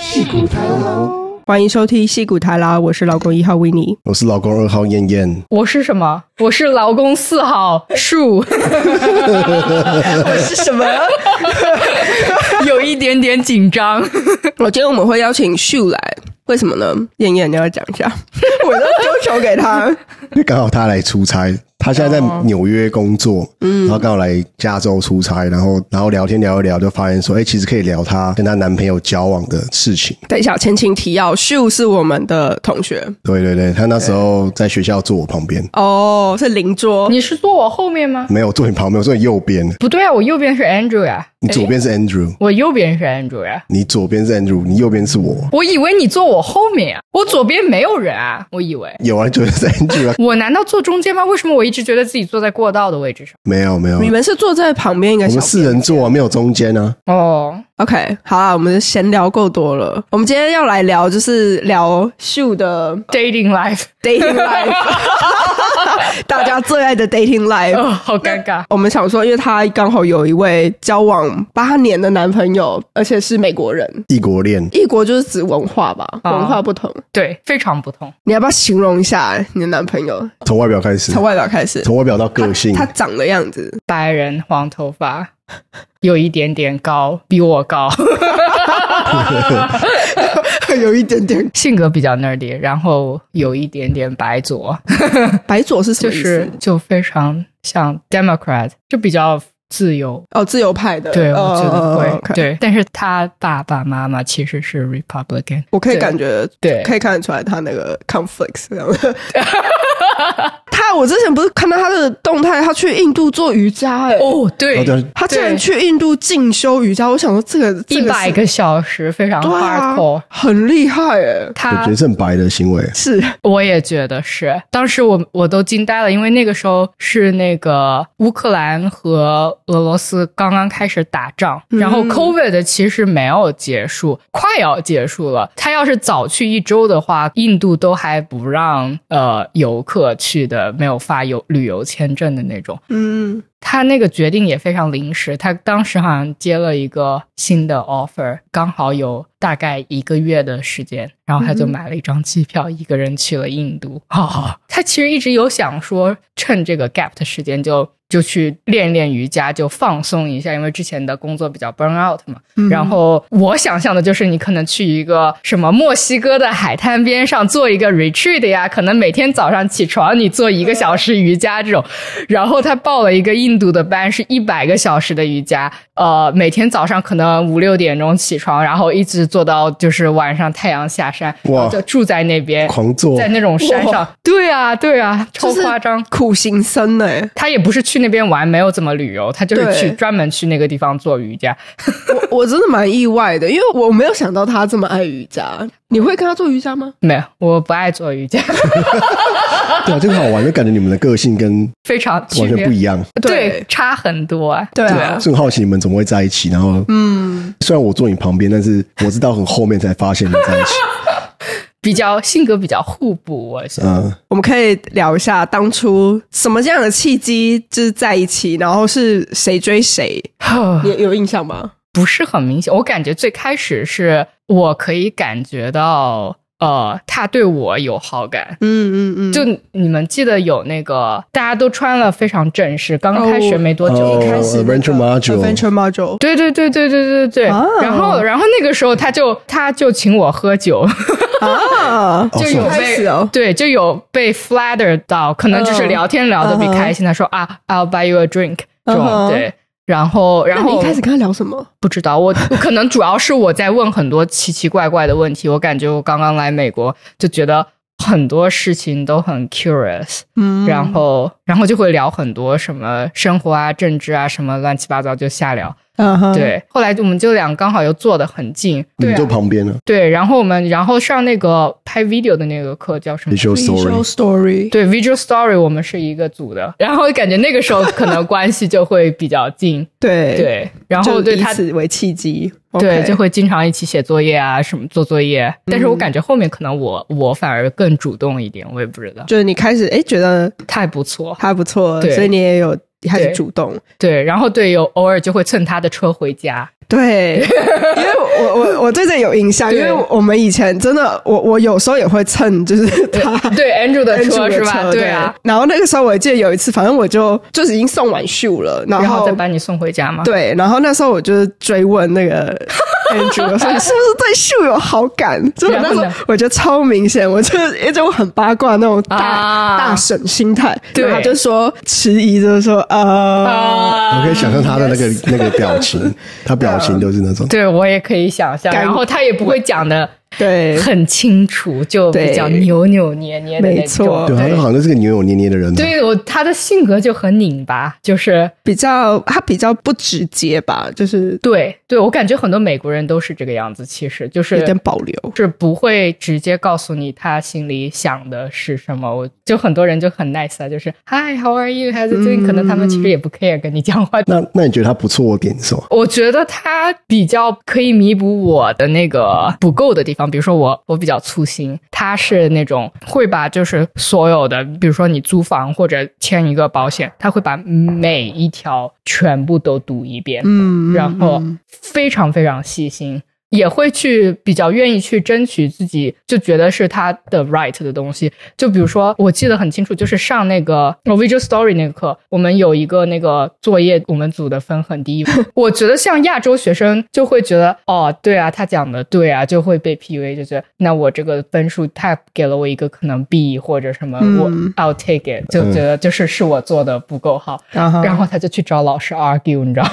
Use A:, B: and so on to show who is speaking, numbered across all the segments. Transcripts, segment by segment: A: 戏骨台郎，
B: 欢迎收听戏骨台啦，我是老公一号维尼。
A: 我是老公二号燕燕。
C: 我是什么？我是老公四号树，
B: 我是什么？
C: 有一点点紧张。
B: 我觉得我们会邀请秀来，为什么呢？燕燕，你要讲一下， 我都丢球给他。
A: 因为刚好他来出差，他现在在纽约工作，哦嗯，然后刚好来加州出差，然后然后聊天聊一聊，就发现说，哎、其实可以聊她跟她男朋友交往的事情。
B: 等一下，前情提要，秀是我们的同学
A: 对对对，她那时候在学校坐我旁边，
B: 哦，是邻桌。
C: 你是坐我后面吗？
A: 没有坐你旁边，我坐你右边，
C: 不对啊，我右边是 Andrew 呀、哎
A: 你左边是 Andrew，、
C: 我右边是 Andrew 呀、
A: 你左边是 Andrew，你右边是我。
C: 我以为你坐我后面啊，我左边没有人啊，我以为。
A: 有啊，你左边是 Andrew 啊？
C: 我难道坐中间吗？为什么我一直觉得自己坐在过道的位置上？
A: 没有没有，
B: 你
A: 我
B: 们是坐在旁边一个小
A: 们四人座啊，没有中间啊。
C: 哦，
B: OK，好啊，我们闲聊够多了。我们今天要来聊，就是聊秀的
C: dating life，
B: dating life，大家最爱的 dating life。
C: 哦，好尴尬。
B: 我们想说，因为她刚好有一位交往八年的男朋友，而且是美国人。
A: 异国恋，
B: 异国就是指文化吧，
C: 啊
B: 文化不同。
C: 对，非常不同。
B: 你要不要形容一下你的男朋
C: 嗯
B: 友？
A: 从外表开始，
B: 从外表开始，
A: 从外表到个性，
B: 他长的样子，
C: 白人，黄头发，有一点点高，比我 高，
B: 有一点点
C: 性格比较 nerdy，然后有一点点白左。
B: 白左 是什
C: 就
B: 么意思？
C: 是就非常像 Democrat，就比较自由。
B: 哦，自由派的。
C: 对，我觉得
B: 哦
C: 会、
B: 哦哦，OK
C: 对，但是他爸爸妈妈其实是 Republican，
B: 我可以感觉，
C: 对
B: 可以看得出来他那个 conflicts 这样的。 他，我之前不是看到他的动态，他去印度做瑜伽、欸，
C: 哦，对
A: 然后就
B: 他竟然
C: 对
B: 去印度进修瑜伽，我想说这个这
C: 一
B: 是
C: 百个小时，非常
B: 对啊
C: hardcore。，
B: 很厉害哎、
A: 我
C: 他
A: 觉得正白的行为。
B: 是
C: 我也觉得是，当时我我都惊呆了，因为那个时候是那个乌克兰和俄罗斯刚刚开始打仗，
B: 嗯
C: 然后 COVID 其实没有结束，快要结束了。他要是早去一周的话，印度都还不让呃游客去的，没有发游旅游签证的那种。
B: 嗯，
C: 他那个决定也非常临时，他当时好像接了一个新的 offer，刚好有大概一个月的时间，然后他就买了一张机票，一个人去了印度。哦，他其实一直有想说，趁这个 gap 的时间就就去练练瑜伽，就放松一下，因为之前的工作比较 burn out 嘛。然后我想象的就是你可能去一个什么墨西哥的海滩边上做一个 retreat 呀，可能每天早上起床你做一个小时瑜伽这种。然后他报了一个印度的班，是一百个小时的瑜伽，呃，每天早上可能五六点钟起床，然后一直做到就是晚上太阳下山，
A: 哇
C: 然后就住在那边，
A: 狂做
C: 哎在那种山上。对啊，对啊，超
B: 就是
C: 夸张。
B: 苦行僧哎、
C: 他也不是去那边玩，没有怎么旅游，他就是
B: 对
C: 去专门去那个地方做瑜伽。
B: 我我真的蛮意外的，因为我没有想到他这么爱瑜伽。你会跟他做瑜伽吗？
C: 没有，我不爱做瑜伽，
A: 对啊，这个好玩，就感觉你们的个性跟
C: 非常区
A: 完全
C: 别
A: 不一样。
C: 对，差很多啊。
B: 对啊
A: 是很好奇你们怎么会在一起，然后嗯，虽然我坐你旁边，但是我知道很后面才发现你们在一起。
C: 比较性格比较互补，我 觉得。
A: 嗯，
B: 我们可以聊一下当初什么这样的契机，就是在一起，然后是谁追谁，你有印象吗？
C: 不是很明显。我感觉最开始是我可以感觉到，呃，他对我有好感。
B: 嗯嗯嗯
C: 就你们记得有那个大家都穿了非常正式，刚开学没多久，
A: 哦
B: 开始那个
A: Adventure Module
B: Adventure Module，
C: 对对对对对对对。
B: 哦
C: 然后然后那个时候他就他就请我喝酒，
B: 啊，
A: 哦
C: 就是有
A: 吗
B: 开始
C: 被、
B: 哦
C: 对就有被 flatter 到，可能就是
B: 嗯
C: 聊天聊得比
B: 嗯哼
C: 开心。他说啊，I'll buy you a drink 这种、
B: 嗯哼
C: 对。然后，然
B: 那你
C: 后
B: 一开始跟他聊什么？
C: 不知道，我我可能主要是我在问很多奇奇怪怪的问题。我感觉我刚刚来美国就觉得很多事情都很 curious，、
B: 嗯
C: 然后然后就会聊很多什么生活啊、政治啊什么乱七八糟就瞎聊。
B: 嗯哼，
C: 对，后来我们就俩刚好又坐得很近，
A: 你
C: 对、
A: 们
C: 啊
A: 坐、旁边呢
C: 对，然后我们然后上那个拍 video 的那个课叫什么？
A: ，Visual
B: ，Visual
A: Story。
B: Story，
C: 对，Visual Story 我们是一个组的，然后感觉那个时候可能关系就会比较近，
B: 对，
C: 对，然后
B: 就
C: 对
B: 以
C: 他
B: 此为契机，
C: 对，
B: OK 嗯
C: 就会经常一起写作业啊，什么做作业。但是我感觉后面可能我我反而更主动一点，我也不知道，
B: 就是你开始哎觉得
C: 太不错。
B: 他不错，
C: 对
B: 所以你也有开始
C: 对
B: 主动。
C: 对，然后对，有偶尔就会蹭他的车回家，
B: 对， 因为我我我对这有印象，因
C: 对
B: 为我们以前真的，我我有时候也会蹭，就是他。
C: 对 Andrew 的车是吧？
B: 对
C: 对啊，，
B: 然后那个时候我记得有一次，反正我就就是已经送完 show 了，然
C: 然后
B: 后
C: 再把你送回家吗？
B: 对，然后那时候我就是追问那 个 Andrew，我说你是不是对秀有好感？就我那时
C: 然后
B: 候
C: 呢
B: 我觉得超明显，我就是一种很八卦那种大、
C: 啊
B: 大婶心态。
C: 对
B: 然后他就说迟疑着说呃，
A: 我
C: 啊
A: 可以想象他的那个那个表情，他表情就是那种
C: 对我也可以想象，
B: 感
C: 然后他也不会讲的
B: 对
C: 很清楚，就比
B: 对
C: 较扭扭捏捏的那
B: 没错
A: 对，
C: 种。
A: 啊他好像就是个扭扭捏捏的人。，
C: 啊
A: 哦
C: 对我他的性格就很拧巴，就是
B: 比较他比较不直接吧，就是
C: 对对，我感觉很多美国人都是这个样子，其实就是
B: 有点保留。
C: 是不会直接告诉你他心里想的是什么。我就很多人就很 nice 啊，就是 Hi，how are you？How's it doing？、可能他们其实也不 care 跟你讲话。
A: 那那你觉得他不错的点是什么？
C: 我觉得他比较可以弥补我的那个不够的地方，比如说我我比较粗心，他是那种会把就是所有的，比如说你租房或者签一个保险，他会把每一条全部都读一遍，
B: 嗯，
C: 然后非常非常细心，也会去比较愿意去争取自己就觉得是他的 right 的东西。就比如说，我记得很清楚，就是上那个呃 Visual Story 那个课，我们有一个那个作业，我们组的分很低。 我觉得像亚洲学生就会觉得，哦，对啊，他讲的对啊，就会被 PUA，就觉得那我这个分数他给了我一个可能 B 或者什么，我
B: 嗯
C: I'll take it，就觉得就是是我做的不够好。
B: 然后
C: 然后他就去找老师 argue，你知道吗？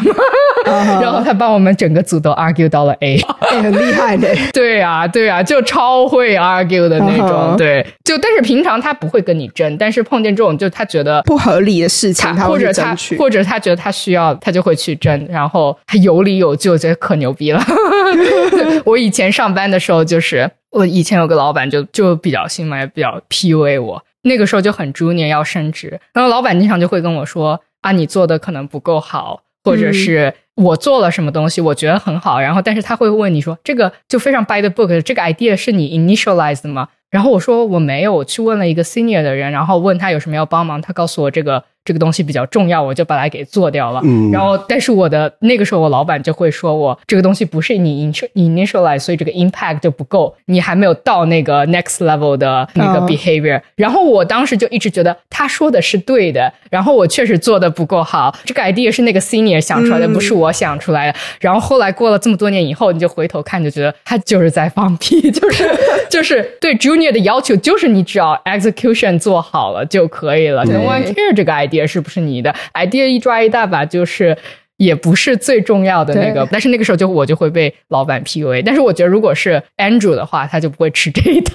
B: 然
C: 然
B: 嗯
C: 后他把我们整个组都 argue 到了 A。
B: 啊哎很厉害的，
C: 对啊，对啊，就超会 argue 的那
B: 嗯
C: 种。
B: 哼
C: 对，就但是平常他不会跟你争，但是碰见这种就他觉得
B: 不合理的事情，
C: 他
B: 会
C: 或
B: 去
C: 者
B: 争
C: 他
B: 取。
C: 或者他觉得他需要，他就会去争，然后他有理有据，我觉得可牛逼了。 我以前上班的时候，就是我以前有个老板就就比较信嘛，也比较 PUA 我。那个时候就很 junior 要升职，然后老板经常就会跟我说啊，你做的可能不够好，或者是我做了什么东西，我觉得很好，然后但是他会问你说这个就非常 by the book，这个 idea 是你 initialize 的吗？然后我说我没有，我去问了一个 senior 的人，然后问他有什么要帮忙，他告诉我这个这个东西比较重要，我就把它给做掉了。
A: 嗯
C: 然后但是我的那个时候我老板就会说我这个东西不是你 initial- initialize，所以这个 impact 就不够，你还没有到那个 next level 的那个
B: 哦
C: behavior。然后我当时就一直觉得他说的是对的，然后我确实做的不够好，这个 idea 是那个 senior 想出来的，
B: 嗯
C: 不是我想出来的。然后后来过了这么多年以后，你就回头看，就觉得他就是在放屁， 就是就是对 junior 的要求，就是你只要 execution 做好了就可以了。
A: 对
C: No one care 这个 idea 是不是你的 idea 一抓一大把，就是也不是最重要的那个
B: 对。
C: 但是那个时候就我就会被老板 PUA。但是我觉得如果是 Andrew 的话，他就不会吃这一套。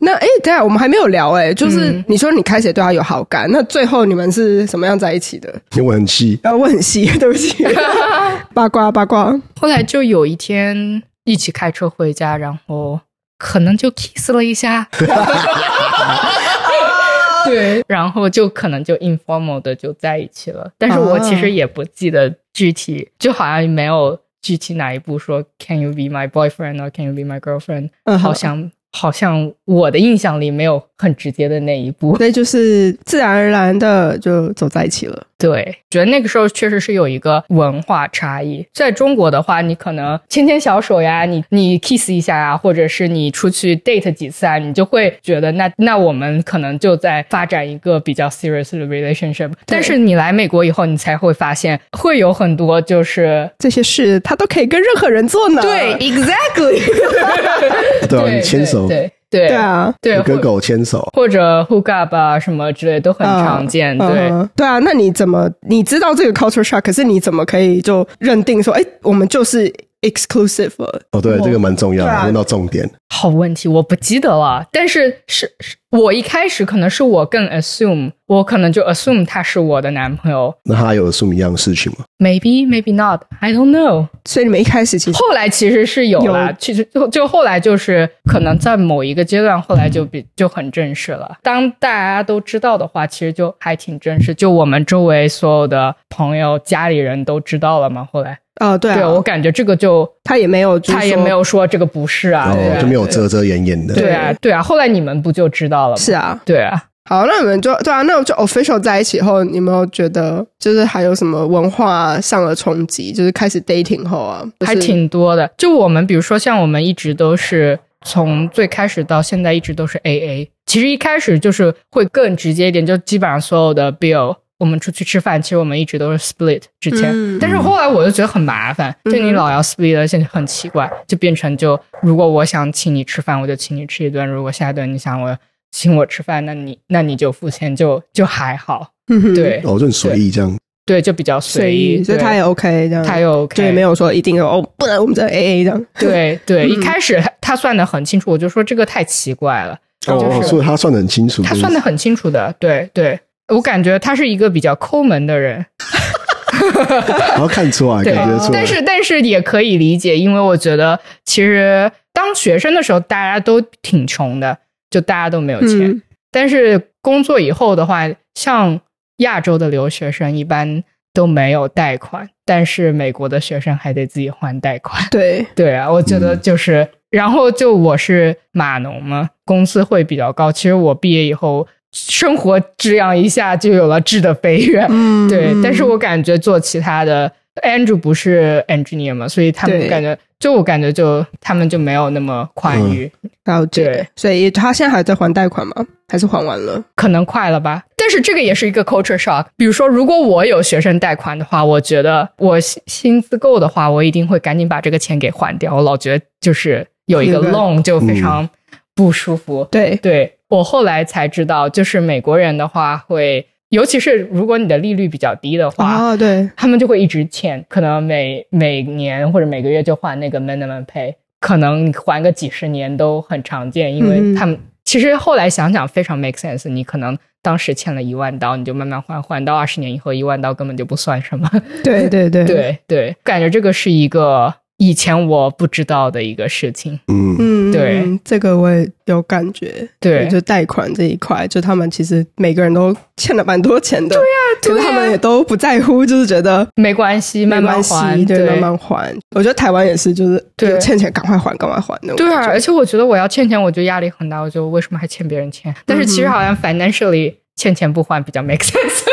B: 那哎，对啊，我们还没有聊哎，就是
C: 嗯
B: 你说你开始对他有好感，那最后你们是什么样在一起的？
A: 因为我很气，
B: 然后我很细， 对不 起，八卦八卦，
C: 后来就有一天一起开车回家，然后可能就 kiss 了 一下，对，然后就可能就 informal 的就在一起了。但是我其
B: 啊
C: 实也不记得具体，就好像没有具体哪一步说 Can you be my boyfriend or Can you be my girlfriend？、
B: 嗯哼
C: 好像好像我的印象里没有很直接的那一步。
B: 所以就是自然而然的就走在一起了。
C: 对，觉得那个时候确实是有一个文化差异。在中国的话，你可能牵牵小手呀，你你 kiss 一下呀，或者是你出去 date 几次啊，你就会觉得那那我们可能就在发展一个比较 serious 的 relationship。但是你来美国以后，你才会发现会有很多就是
B: 这些事他都可以跟任何人做呢。
C: ，exactly，
A: 呃对啊，你牵手，
C: 对对
B: 对啊，
C: 对
A: 你跟
C: 或
A: 狗啊牵手，
C: 或者 hook up 啊什么之类都很常见，
B: 嗯
C: 对。
B: 嗯对啊，那你怎么你知道这个 culture shock？可是你怎么可以就认定说，哎，我们就是 exclusive？了
A: 哦，对，这个蛮重要
B: 对啊
A: 的，问到重点。
C: 好问题，我不记得了。但是是是我一开始可能是我更 assume，我可能就 assume 他是我的男朋友
A: 那他有什么一样的事情吗？
C: ，maybe maybe not，I don't know。
B: 所以你们一开始其实
C: 后来其实是有啦，其实就就后来就是可能在某一个阶段，后来就比就很正式了。当大家都知道的话，其实就还挺正式。就我们周围所有的朋友、家里人都知道了嘛。后来，
B: 呃，对啊，
C: 对我感觉这个就
B: 他也没有就是说，
C: 他也没有说这个不是啊，对
A: 哦，
C: 啊
A: 就没有遮遮掩掩的。
C: 对啊，对啊。后来你们不就知道了吗？
B: 是啊，
C: 对啊，
B: 好，那你们就对啊，那我就 official 在一起后，你有没有觉得就是还有什么文化上的冲击？就是开始 dating 后啊，就是
C: 还挺多的。就我们，比如说像我们一直都是从最开始到现在一直都是 AA。其实一开始就是会更直接一点，就基本上所有的 bill，我们出去吃饭，其实我们一直都是 split 之前。
B: 嗯
C: 但是后来我就觉得很麻烦，就你老要 split 而且很奇怪，就变成就如果我想请你吃饭，我就请你吃一顿；如果下一顿你想我请我吃饭，那你那你就付钱就，就还好。对、
A: 哦，就很随意这样。
C: 对，就比较随
B: 随意，嗯所以
C: 对
B: 他也 OK 这样，
C: 他也 OK，
B: 就也没有说一定有哦，不然我们再 AA 这 样。
C: 对对，一开始他他算的很清楚，我就说这个太奇怪了。
A: 哦，
C: 就是
A: 所以他算的很清楚，
C: 他算的很清楚的，对对，我感觉他是一个比较抠门的人，
A: 然后看出来，
C: 对
A: 感觉出来。
C: 但是但是也可以理解，因为我觉得其实当学生的时候大家都挺穷的，就大家都没有钱，
B: 嗯
C: 但是工作以后的话，像亚洲的留学生一般都没有贷款，但是美国的学生还得自己还贷款。
B: 对，
C: 对啊，我觉
B: 嗯
C: 得就是，然后就我是码农嘛，工资会比较高。其实我毕业以后，生活质量一下就有了质的飞跃。
B: 嗯
C: 对，但是我感觉做其他的，Andrew 不是 engineer 嘛，所以他们
B: 对
C: 感觉，就我感觉就他们就没有那么宽
B: 嗯
C: 裕，
B: 了解
C: 对。
B: 所以他现在还在还贷款吗？还是还完了？
C: 可能快了吧。但是这个也是一个 culture shock。比如说，如果我有学生贷款的话，我觉得我薪薪资够的话，我一定会赶紧把这个钱给还掉。我老觉得就是有一个
B: 明白嗯
C: loan 就非常不舒服。
B: 对，
C: 对我后来才知道，就是美国人的话会，尤其是如果你的利率比较低的话，
B: 啊，对，
C: 他们就会一直欠，可能每每年或者每个月就还那个 minimum pay，可能还个几十年都很常见，因为
B: 嗯
C: 他们、其实后来想想非常 make sense，你可能当时欠了一万刀，你就慢慢还，还到二十年以后，一万刀根本就不算 什么。
B: 对，对，对，，
C: 对对，感觉这个是一个以前我不知道的一个事情。
A: 嗯，
B: 嗯，
C: 对
B: 嗯，这个我也有感觉。
C: 对
B: 就贷款这一块，就他们其实每个人都欠了蛮多钱的。对呀，可
C: 对啊
B: 是
C: 呀
B: 他们也都不在乎，就是觉得
C: 没关系，慢
B: 没
C: 慢
B: 关系
C: 还，，
B: 对，慢慢还。我觉得台湾也是，就是
C: 对
B: 有欠钱赶快还，赶快还那种。
C: 对啊，而且我觉得我要欠钱，我就压力很大，我就为什么还欠别人钱？但是其
B: 嗯
C: 实好像 financially 欠钱不还比较 make sense。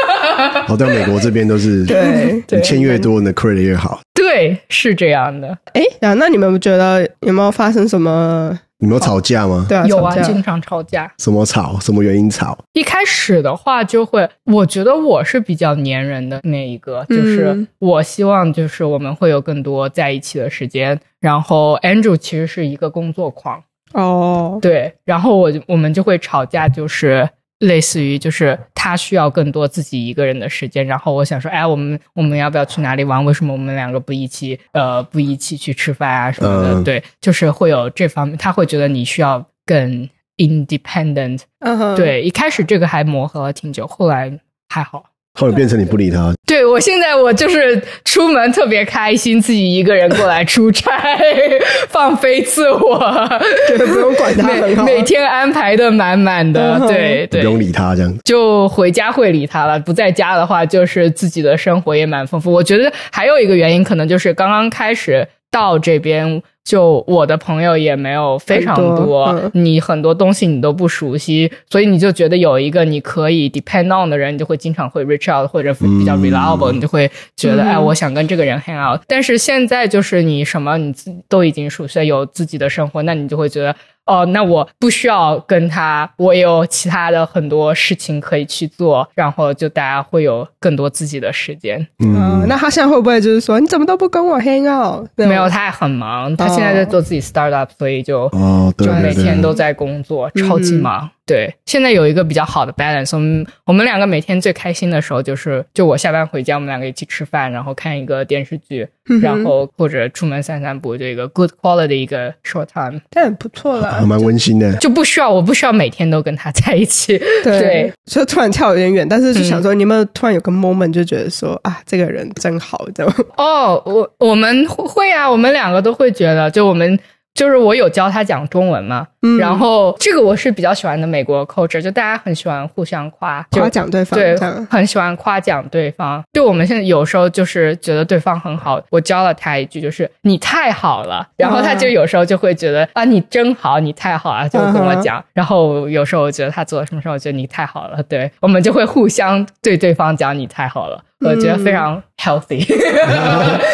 A: 好在美国这边都是，
B: 对，
A: 你欠越多，你的 credit 越好。
C: 对，是这样的，
B: 哎，啊那你们觉得有没有发生什么？
A: 你们有吵架吗？
B: 对啊，
C: 有啊，
B: 吵架
C: 经常吵架。
A: 什么吵？什么原因吵？
C: 一开始的话就会，我觉得我是比较粘人的那一个，
B: 嗯
C: 就是我希望就是我们会有更多在一起的时间。然后 Andrew 其实是一个工作狂，
B: 哦，
C: 对，然后我就我们就会吵架，就是类似于就是他需要更多自己一个人的时间，然后我想说，哎，我们我们要不要去哪里玩？为什么我们两个不一起呃不一起去吃饭啊什么的？
A: 嗯
C: 对，就是会有这方面，他会觉得你需要更 independent。
B: 嗯哼，
C: 对，一开始这个还磨合了挺久，后来还好。
A: 后来变成你不理他，
C: 对我现在我就是出门特别开心，自己一个人过来出差， 放飞自我。
B: 对， 不用管他，哦
C: 每
B: 很好
C: 每天安排的满满的
B: 嗯，哼
C: 对
A: 你不用
C: 对，
A: 理他这样。
C: 就回家会理他了。不在家的话，就是自己的生活也蛮丰富。我觉得还有一个原因，可能就是刚刚开始到这边，就我的朋友也没有非常
B: 很
C: 多，
B: 多嗯
C: 你很多东西你都不熟悉，所以你就觉得有一个你可以 depend on 的人，你就会经常会 reach out 或者比较
A: 嗯
C: reliable，、你就会觉得
B: 嗯
C: 哎，我想跟这个人 hang out。但是现在就是你什么你自都已经熟悉了，有自己的生活，那你就会觉得哦，那我不需要跟他，我有其他的很多事情可以去做，然后就大家会有更多自己的时间。
B: 嗯，
A: 嗯，
B: 那他现在会不会就是说你怎么都不跟我哦 hang out？那种
C: 没有，，他也很忙，他现在在做自己 startup，、所以就
A: 哦，对
C: 就
A: 对
C: 每
A: 对，
C: 天都在工作，
B: 嗯
C: 超级忙。对，现在有一个比较好的 balance，我们我们两个每天最开心的时候就是，就我下班回家，我们两个一起吃饭，然后看一个电视剧，
B: 嗯哼
C: 然后或者出门散散步，这个 good quality 一个 short time，
B: 但很不错啦
A: 还。蛮温馨的。
C: 就不需要我不需要每天都跟他在一起。 对，嗯
B: 就突然跳有点远，但是就想说，你们突然有个 moment 就觉得说啊，这个人真好，这样。
C: 哦，我我们会会啊，我们两个都会觉得，就我们就是我有教他讲中文嘛，
B: 嗯
C: 然后这个我是比较喜欢的美国 culture，就大家很喜欢互相夸，就
B: 夸奖对方
C: 对
B: 这样，
C: 很喜欢夸奖对方。就我们现在有时候就是觉得对方很好，我教了他一句就是你太好了，然后他就有时候就会觉得啊你真好，你太好啊
B: 嗯
C: 了，就跟我讲。然后有时候我觉得他做了什么事，我觉得你太好了，对我们就会互相对对方讲你太好了，我觉得
B: 嗯
C: 非常 healthy。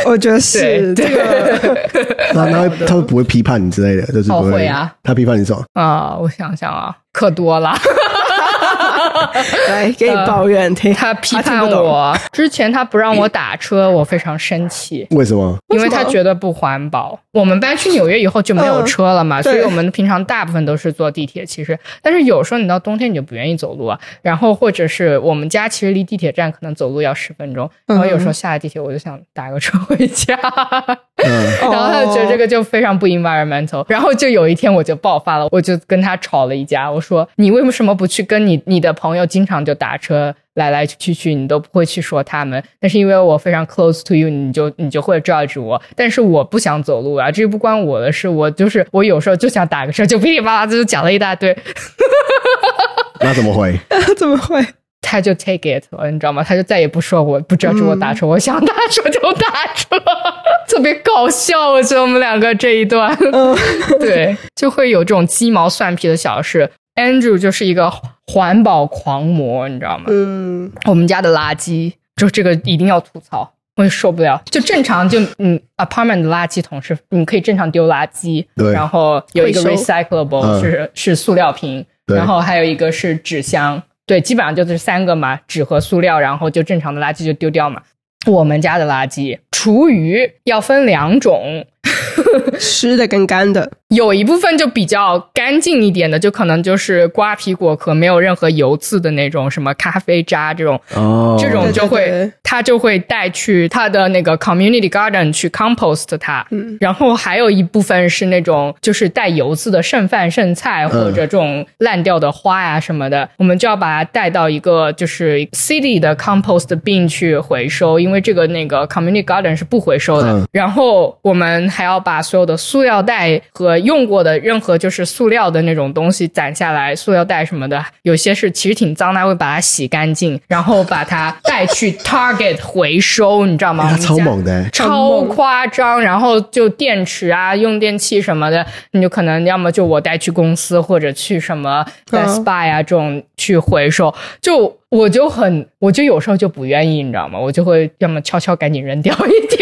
B: 我觉得是
C: 对
B: 这个，
A: 那他会他会不会批判你之类的，就是不
C: 哦会啊。
A: 他批判你什么？
C: 啊、我想想啊，可多了。
B: 来给你抱怨听。
C: 他批
B: 他听
C: 判
B: 不懂
C: 我，之前他不让我打车，我非常生气。
A: 为什么？
C: 因
B: 为
C: 为
B: 什么
C: 他觉得不环保。我们搬去纽约以后就没有车了嘛，
B: 嗯
C: 所以
B: 对
C: 我们平常大部分都是坐地铁。其实，但是有时候你到冬天你就不愿意走路啊。然后或者是我们家其实离地铁站可能走路要十分钟，然后有时
B: 嗯
C: 候下了地铁我就想打个车回家，
A: 嗯，
C: 然后他就觉得这
B: 个
C: 个就非常不 environmental。然后就有一天我就爆发了，我就跟他吵了一架。我说你为什么不去跟你你的朋友经常就打车来来去去，你都不会去说他们？但是因为我非常 close to you，你就你就会 judge 我。但是我不想走路啊，这不关我的事。我就是我有时候就想打个车，就噼里啪啦就讲了一大堆。
A: 那怎么回？
B: 哦 怎么会？
C: 他就 take it 了，你知道吗？他就再也不说我不遮住我打车，我想打车就打车， 特别搞笑。我觉得我们两个这一段，
B: 嗯
C: 对，就会有这种鸡毛蒜皮的小事。Andrew 就是一个环保狂魔，你知道吗？
B: 嗯，
C: 我们家的垃圾，就这个一定要吐槽，我也受不了。就正常就嗯，apartment 的垃圾桶是你可以正常丢垃圾，
A: 对
C: 然后有一个
B: 回收
C: recyclable
A: 嗯
C: 是、是塑料瓶，
A: 对
C: 然后还有一个是纸箱，对，基本上就是三个嘛，纸和塑料，然后就正常的垃圾就丢掉嘛。我们家的垃圾厨余要分两种，
B: 湿的跟干的，
C: 有一部分就比较干净一点的，就可能就是瓜皮果壳，没有任何油渍的那种，什么咖啡渣这种，
A: 哦
C: 这种就会
B: 对对对
C: 他就会带去他的那个 community garden 去 compost 它。
B: 嗯
A: 嗯
C: 然后还有一部分是那种就是带油渍的剩饭剩菜
A: 嗯
C: 或者这种烂掉的花呀、什么的，我们就要把它带到一个就是 city 的 compost bin 去回收，因为这个那个 community garden 是不回收的。
A: 嗯
C: 然后我们还要把所有的塑料袋和用过的任何就是塑料的那种东西攒下来，塑料袋什么的，有些是其实挺脏的，会把它洗干净，然后把它带去 Target 回收，你知道吗？
A: 哎他
C: 我们家
A: 超猛的欸，
C: 超夸张，然后就电池啊、用电器什么的，你就可能要么就我带去公司，或者去什么
B: 嗯
C: Best Buy 啊这种去回收。就我就很，我就有时候就不愿意，你知道吗？我就会要么悄悄赶紧扔掉一点。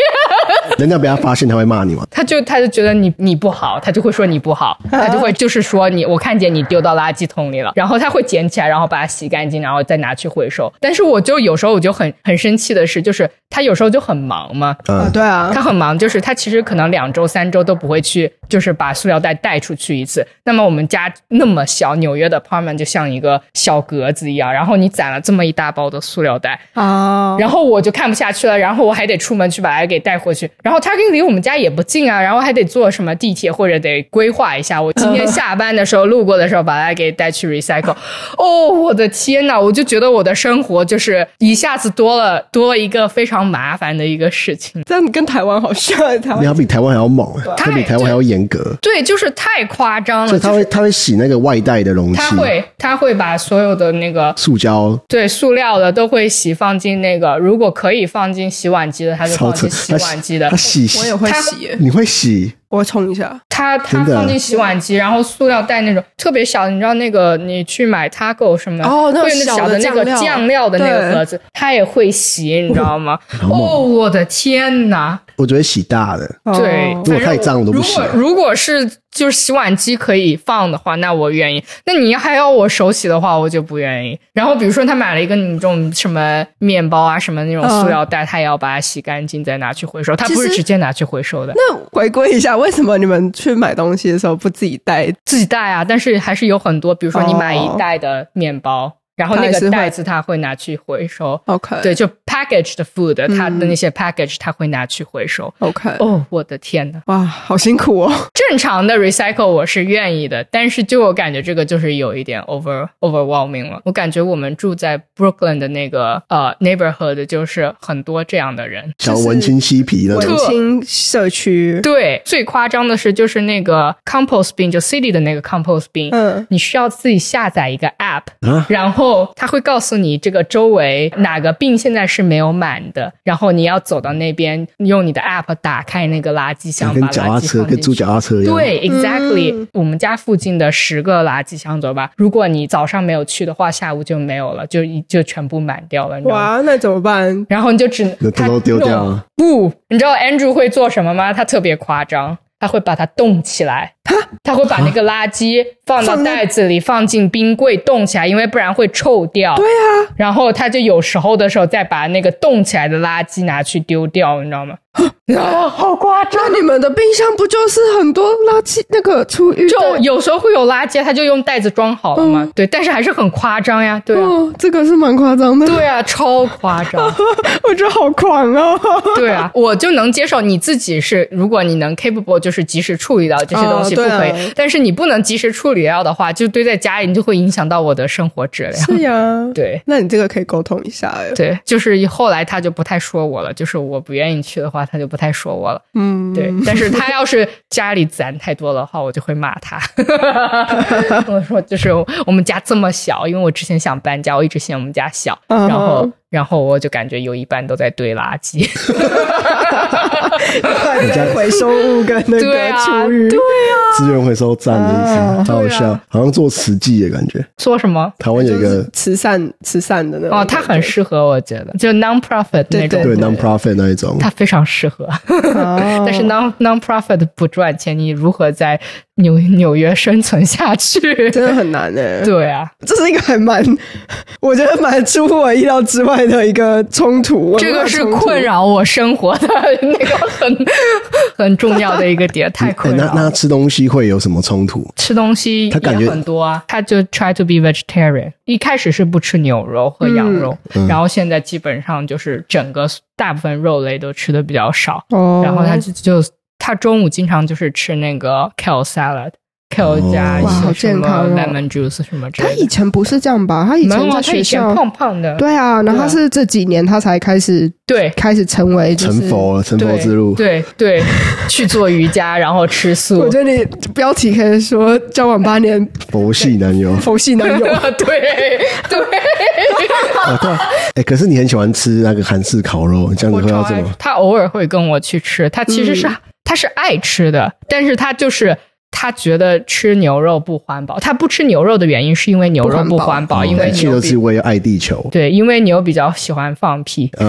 A: 人家被他发现，他会骂你吗？
C: 他就他就觉得你你不好，他就会说你不好，他就会就是说你我看见你丢到垃圾桶里了，然后他会捡起来，然后把它洗干净，然后再拿去回收。但是我就有时候我就很很生气的是，就是他有时候就很忙嘛，
B: 啊，
A: 嗯，
B: 对啊，
C: 他很忙，就是他其实可能两周、三周都不会去，就是把塑料袋带出去一次。那么我们家那么小，纽约的 apartment 就像一个小格子一样，然后你攒了这么一大包的塑料袋，
B: 啊，
C: 然后我就看不下去了，然后我还得出门去把它给带回去。然后它跟离我们家也不近啊，然后还得坐什么地铁或者得规划一下。我今天下班的时候路过的时候把它给带去 recycle。哦，我的天呐，我就觉得我的生活就是一下子多了多了一个非常麻烦的一个事情。
B: 这样跟台湾好像，台
A: 你
B: 湾
A: 要比台湾还要猛欸，他
C: 太
A: 比台湾还要严格，
C: 对，就是太夸张
A: 所
C: 了。
A: 以他
C: 就是
A: 会他会洗那个外带的容器，
C: 他会他会把所有的那个
A: 塑胶
C: 对塑料的都会洗放进那个，如果可以放进洗碗机的，他就
A: 超
C: 放
A: 扯
C: 进，洗碗机的
A: 他。洗洗
B: 我也会
C: 他
B: 洗，
A: 你会洗
B: 我冲一下，
C: 他他
A: 真的
C: 放进洗碗机，然后塑料袋那种特别小，你知道那个你去买 taco 什么
B: 哦那种
C: 会有那
B: 小
C: 小
B: 的
C: 那个
B: 酱料
C: 酱料的那个
B: 对
C: 盒子，他也会洗，你知道 吗？
A: 猛
C: 哦，我的天哪！
A: 我觉得洗大的，
C: 呃对
B: 哦，
A: 如果太脏我都不
C: 如
A: 洗
C: 果。如果是就是洗碗机可以放的话，那我愿意。那你还要我手洗的话，我就不愿意。然后比如说他买了一个你这种什么面包啊什么那种塑料袋，他也要把它洗干净再拿去回收，他不
B: 其
C: 是
B: 实
C: 直接拿去回收的，
B: 那回归一下，为什么你们去买东西的时候不自己带？
C: 自己带啊。但是还是有很多，比如说你买一
B: 哦
C: 袋的面包。然后那
B: 还是会
C: 个袋子他会拿去回收。
B: OK，
C: 对，就 packaged food，他的
B: 哦嗯
C: 那些 package 他会拿去回收。
B: ，OK，
C: 哦，我的天呐！
B: 哇，好辛苦哦。
C: 正常的 recycle 我是愿意的，但是就我感觉这个就是有一点 over overwhelming 了。我感觉我们住在 Brooklyn 的那个呃 neighborhood 就是很多这样的人。
A: 小文青嬉皮那
B: 文
A: 种，啊
B: 青社区，
C: 对，最夸张的是就是那个 compost bin，就 city 的那个 compost bin，、
B: 嗯，
C: 你需要自己下载一个 app，、
A: 啊
C: 然后它会告诉你这个周围哪个病现在是没有满的，然后你要走到那边，用你的 app 打开那个垃圾箱，
A: 跟
C: 把
A: 脚
C: 垃
A: 踏
C: 圾
A: 车
C: 放
A: 跟
C: 进
A: 租
C: 去。
A: 脚踏车一样。，
B: 嗯
C: 对，exactly，、我们家附近的十个垃圾箱走吧，如果你早上没有去的话，下午就没有了，就一就全部满掉了，你知道吗？
B: 哇，那怎么办？
C: 然后你就只能
A: 那都都丢掉啊。
C: 不，你知道 Andrew 会做什么吗？他特别夸张，他会把它冻起来，他会把那个垃圾放到
B: 放在
C: 袋子里，放进冰柜冻起来，因为不然会臭掉。对啊，然后他就有时候的时候再把那个冻起来的垃圾拿去丢掉，你知道吗？啊，好夸张！
B: 那你们的冰箱不就是很多垃圾那个厨余的？
C: 就有时候会有垃圾，他就用袋子装好了嘛。
B: 嗯
C: 对，但是还是很夸张呀，对啊，
B: 哦，这个是蛮夸张的，
C: 对啊，超夸张。
B: 我觉得好狂哦。
C: 对啊，我就能接受你自己是，如果你能 capable 就是及时处理到这些东西
B: 哦对
C: 不
B: 啊
C: 可以，但是你不能及时处理掉的话，就堆在家里，你就会影响到我的生活质量。
B: 是呀，
C: 对
B: 那你这个可以沟通一下哎。
C: 对，就是后来他就不太说我了，就是我不愿意去的话，他就不太说我了。
B: 嗯，
C: 对，但是他要是家里攒太多的话，我就会骂 他。我说就是我们家这么小，因为我之前想搬家，我一直嫌我们家小，
B: 嗯哼
C: 然后然后我就感觉有一半都在堆垃圾。
B: 对，回收物跟那
C: 对
B: 个
C: 啊
B: 厨余，
A: 资源回收站的意
B: 啊
A: 思，好好
C: 对
A: 笑
C: 啊，
A: 好像做慈济的感觉。
C: 说什么？
A: 台湾有一
B: 就是
A: 个
B: 慈善慈善的那种
C: 哦，他很适合，我觉得就 non-profit
B: 对嗯
C: 那种，
A: 对 non-profit 那一种，嗯
C: 他非常适合。
B: 但
C: 但是 non non-profit 不赚钱，你如何在纽纽约生存下去？
B: 真的很难哎。
C: 对啊，
B: 这是一个还蛮，我觉得蛮出乎我意料之外的一个冲突。文化
C: 这个是
B: 冲突
C: 困扰我生活的 那个很很重要的一个点，太
A: 哎
C: 困
A: 那
C: 扰
A: 那
C: 了。
A: 吃东西会有什么冲突？
C: 吃东西
A: 他感觉
C: 也很多啊，他就 try to be vegetarian。一开始是不吃牛肉和羊肉，然后现在基本上就是整个大部分肉类都吃的比较少。
B: 哦，
C: 然后他就就他中午经常就是吃那个 kale salad。kale 加
A: 哇
C: 一
B: 好
C: 些什
B: 健
C: 么
B: 康哦
C: lemon juice 什么之
B: 他
C: 类
B: 以
C: 的。
B: 前不是这样吧？他以
C: 没有
B: 前
C: 啊
B: 在
C: 他以
B: 学
C: 前
B: 校，
C: 胖胖的，
B: 对啊，然后
C: 对啊
B: 他是这几年他才开始
C: 对
B: 开始成为就
A: 成
B: 是。
A: 佛成佛
C: 对
A: 之路，
C: 对对，去做瑜伽，然后吃 素
B: 我。觉得你标题可以说“交往八年，
A: 佛系男友
B: 佛系男 友
C: 对对，
A: 啊，对啊。哎，可是你很喜欢吃那个韩式烤肉，这样
C: 我
A: 子会
C: 超
A: 要怎
C: 爱
A: 么？。
C: 他偶尔会跟我去吃，他其实是他是爱吃的，但是他就是。他觉得吃牛肉不环保，他不吃牛肉的原因是因为牛肉
B: 不
C: 不
B: 环
C: 环保，因为
A: 哦去
C: 牛
A: 都
C: 比
A: 是为了爱地球，嗯
C: 对，因为牛比较喜欢放屁。”，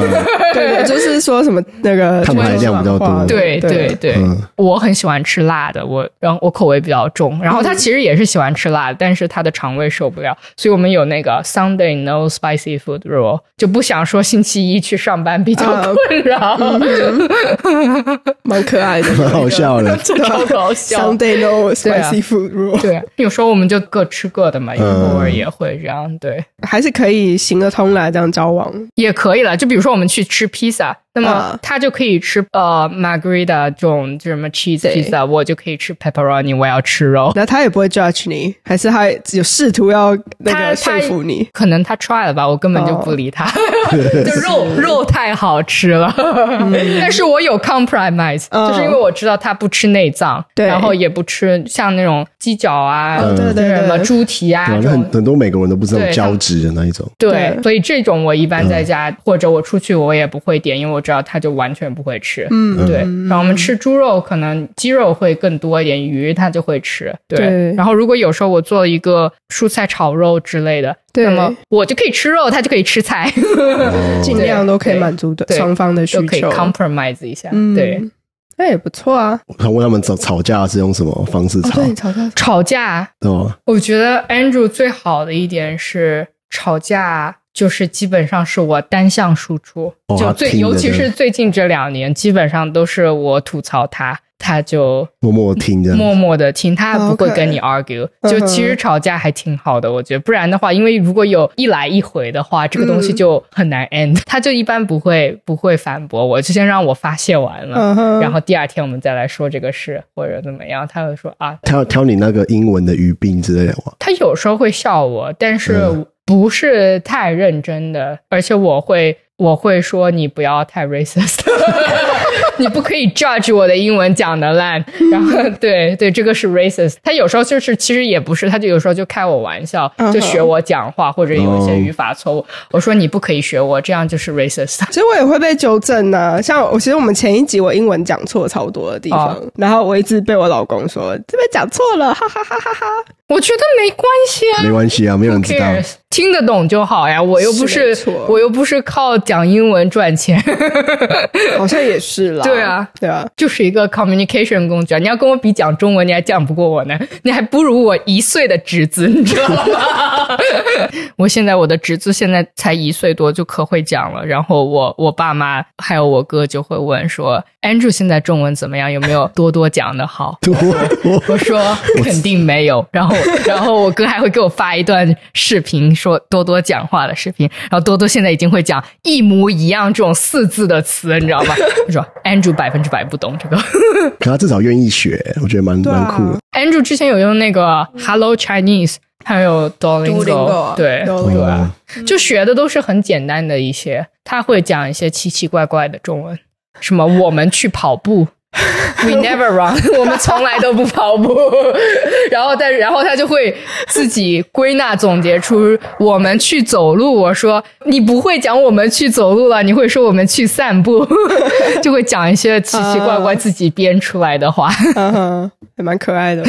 B: 对的，就是说什么 那个
A: 碳排量比较多
C: 对对对，
A: 嗯。
C: 我很喜欢吃辣的，我然后我口味比较重，然后他其实也是喜欢吃辣的，但是他的肠胃受不了，所以我们有那个 Sunday no spicy food rule，就不想说星期一去上班比较
B: 啊
C: 困扰，
B: 蛮可爱的
A: 蛮好笑的。
C: 这 超搞笑。
B: Sunday no
C: 对啊
B: spicy food rule，
C: 对，有时候我们就各吃各的嘛，有
A: 嗯
C: 偶尔也会这样，对，
B: 还是可以行得通来这样交往。
C: 也可以了。就比如说我们去吃披萨，那么
B: 啊
C: 他就可以吃呃 margarita 这种就什么 cheese
B: 对
C: 披萨，我就可以吃 pepperoni，我要吃肉。
B: 那他也不会 judge 你，还是他有试图要那
C: 他
B: 个说服你？
C: 可能他 try 了吧，我根本就不理他。 就肉肉太好吃了， 但是我有 compromise，、
B: 嗯
C: 就是因为我知道他不吃内脏，
B: 对
C: 然后也不吃像那种鸡脚啊，
A: 嗯
B: 对对
C: 什么
B: 对，
C: 猪蹄啊
A: 对啊
C: 这
A: 那
C: 种
A: 很很多美国人都不是那
C: 对
A: 种
C: 他
A: 胶质的那一种，
C: 对，
B: 对
C: 所以这种我一般在家、或者我出去我也不会点，因为我知道他就完全不会吃。
B: 嗯
C: 对。然后我们吃猪肉，可能鸡肉会更多一点，鱼他就会吃。对。
B: 对
C: 然后如果有时候我做了一个蔬菜炒肉之类的，
B: 对
C: 那么我就可以吃肉，他就可以吃菜，
B: 尽量都可以满足的
C: 对
B: 双方的
C: 就
B: 需
C: 可以
B: 求。
C: compromise 一下。
B: 嗯
C: 对。
B: 那也不错啊。
A: 我想问他们吵吵架是用什么方式
B: 哦，
A: 吵哦
B: 对，你吵架
C: 吵架，
A: 对吗？
C: 我觉得 Andrew 最好的一点是吵架。就是基本上是我单向输出，
A: 哦
C: 就
A: 他
C: 最
A: 听着
C: 尤其
A: 真的
C: 是最近这两年，基本上都是我吐槽他，他就
A: 默默听这样。
C: 默默的听，他不会跟你 argue。
B: 嗯哼
C: 就其实吵架还挺好的，我觉得。不然的话，因为如果有一来一回的话，这个东西
B: 嗯
C: 就很难 end。他 就一般不会不会反驳我，就先让我发泄完了，
B: 嗯哼
C: 然后第二天我们再来说这个事或者怎么样。他会说啊，
A: 挑挑你那个英文的语病之类的 吗？
C: 他有时候会笑我，但是
A: 嗯
C: 不是太认真的，而且我会我会说你不要太 racist。你不可以 judge 我的英文讲的 烂，然后对对，这个是 racist。他有时候就是其实也不是，他就有时候就开我玩笑
B: 嗯，哼
C: 就学我讲话或者有一些
A: 哦
C: 语法错误。我说你不可以学我，这样就是 racist。
B: 其实我也会被纠正呢、像我，其实我们前一集我英文讲错超多的地方，
C: 哦
B: 然后我一直被我老公说这边讲错了，哈 哈哈哈哈。
C: 我觉得没关系啊，
A: 没关系啊，没有人
C: Who
A: 知道。
C: cares？听得懂就好呀。我又不
B: 是没
C: 是
B: 错
C: 我又不是靠讲英文赚钱。
B: 好像也是啦。
C: 对啊，
B: 对啊，
C: 就是一个 communication 工具啊！你要跟我比讲中文，你还讲不过我呢， 你还不如我一岁的侄子，你知道吗？ 我现在我的侄子现在才一岁多，就可会讲了。然后我我爸妈还有我哥就会问说，Andrew 现在中文怎么样？有没有多多讲的好？
A: 多多
C: 我说肯定没有，然后然后我哥还会给我发一段视频，说多多讲话的视频，然后多多现在已经会讲一模一样这种四字的词，你知道吗？我说 Andrew 百分之百不懂这个。
A: 可他至少愿意学，我觉得蛮
B: 对啊
A: 蛮酷的。
C: Andrew 之前有用那个 Hello Chinese，还有 Duolingo，对，
A: 嗯
B: Duolingo 啊
C: 就学的都是很简单的一些，他会讲一些奇奇怪怪的中文，什么我们去跑步。We never run，我们 从来都不跑步。然后但然后他就会自己归纳总结出我们去走路。我说你不会讲我们去走路了，你会说我们去散步， 就会讲一些奇奇怪怪自己编出来的话。
A: 啊
B: 嗯哼，还蛮可 爱的。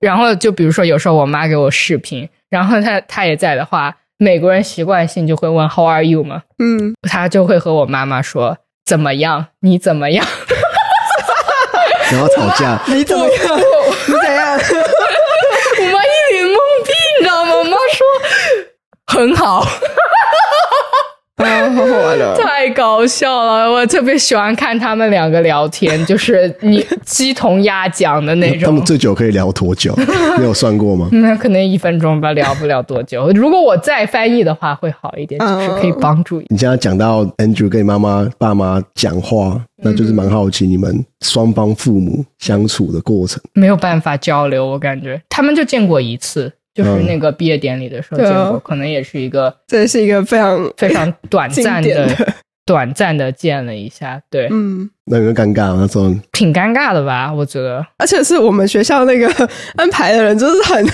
C: 然后就比如说，有时候我妈给我视频，然后她她也在的话，美国人习惯性就会问 How are you 嘛，
B: 嗯，
C: 她就会和我妈妈说怎么样，你怎么样？
A: 然后吵架，
B: 你怎么样？ 你怎样？
C: 我妈一脸懵逼，你知道吗？我妈说很好，
B: 啊，好好玩了。
C: 太搞笑了，我特别喜欢看他们两个聊天，就是你鸡同鸭讲的那
A: 他
C: 种
A: 们。最久可以聊多 久？你有算过吗？
C: 那可能一分钟吧，聊不了多久。如果我再翻译的话，会好一点，就是可以帮助
A: 你现在讲到 Andrew 跟你妈妈、爸妈讲
C: 嗯
A: 话，那就是蛮好奇你们双方父母相处的过程。
C: 没有办法交流，我感觉他们就见过一次，就是那个毕业典礼的时候
B: 嗯
C: 见
B: 对
C: 过，
B: 啊
C: 可能也是一个
B: 这是一个非常
C: 非常短暂
B: 经
C: 的
B: 典、的
C: 短暂的见了一下，对，
B: 嗯，
A: 那有没有尴尬？啊那时候
C: 挺尴尬的吧？我觉得，
B: 而且是我们学校那个 安排的人，就是很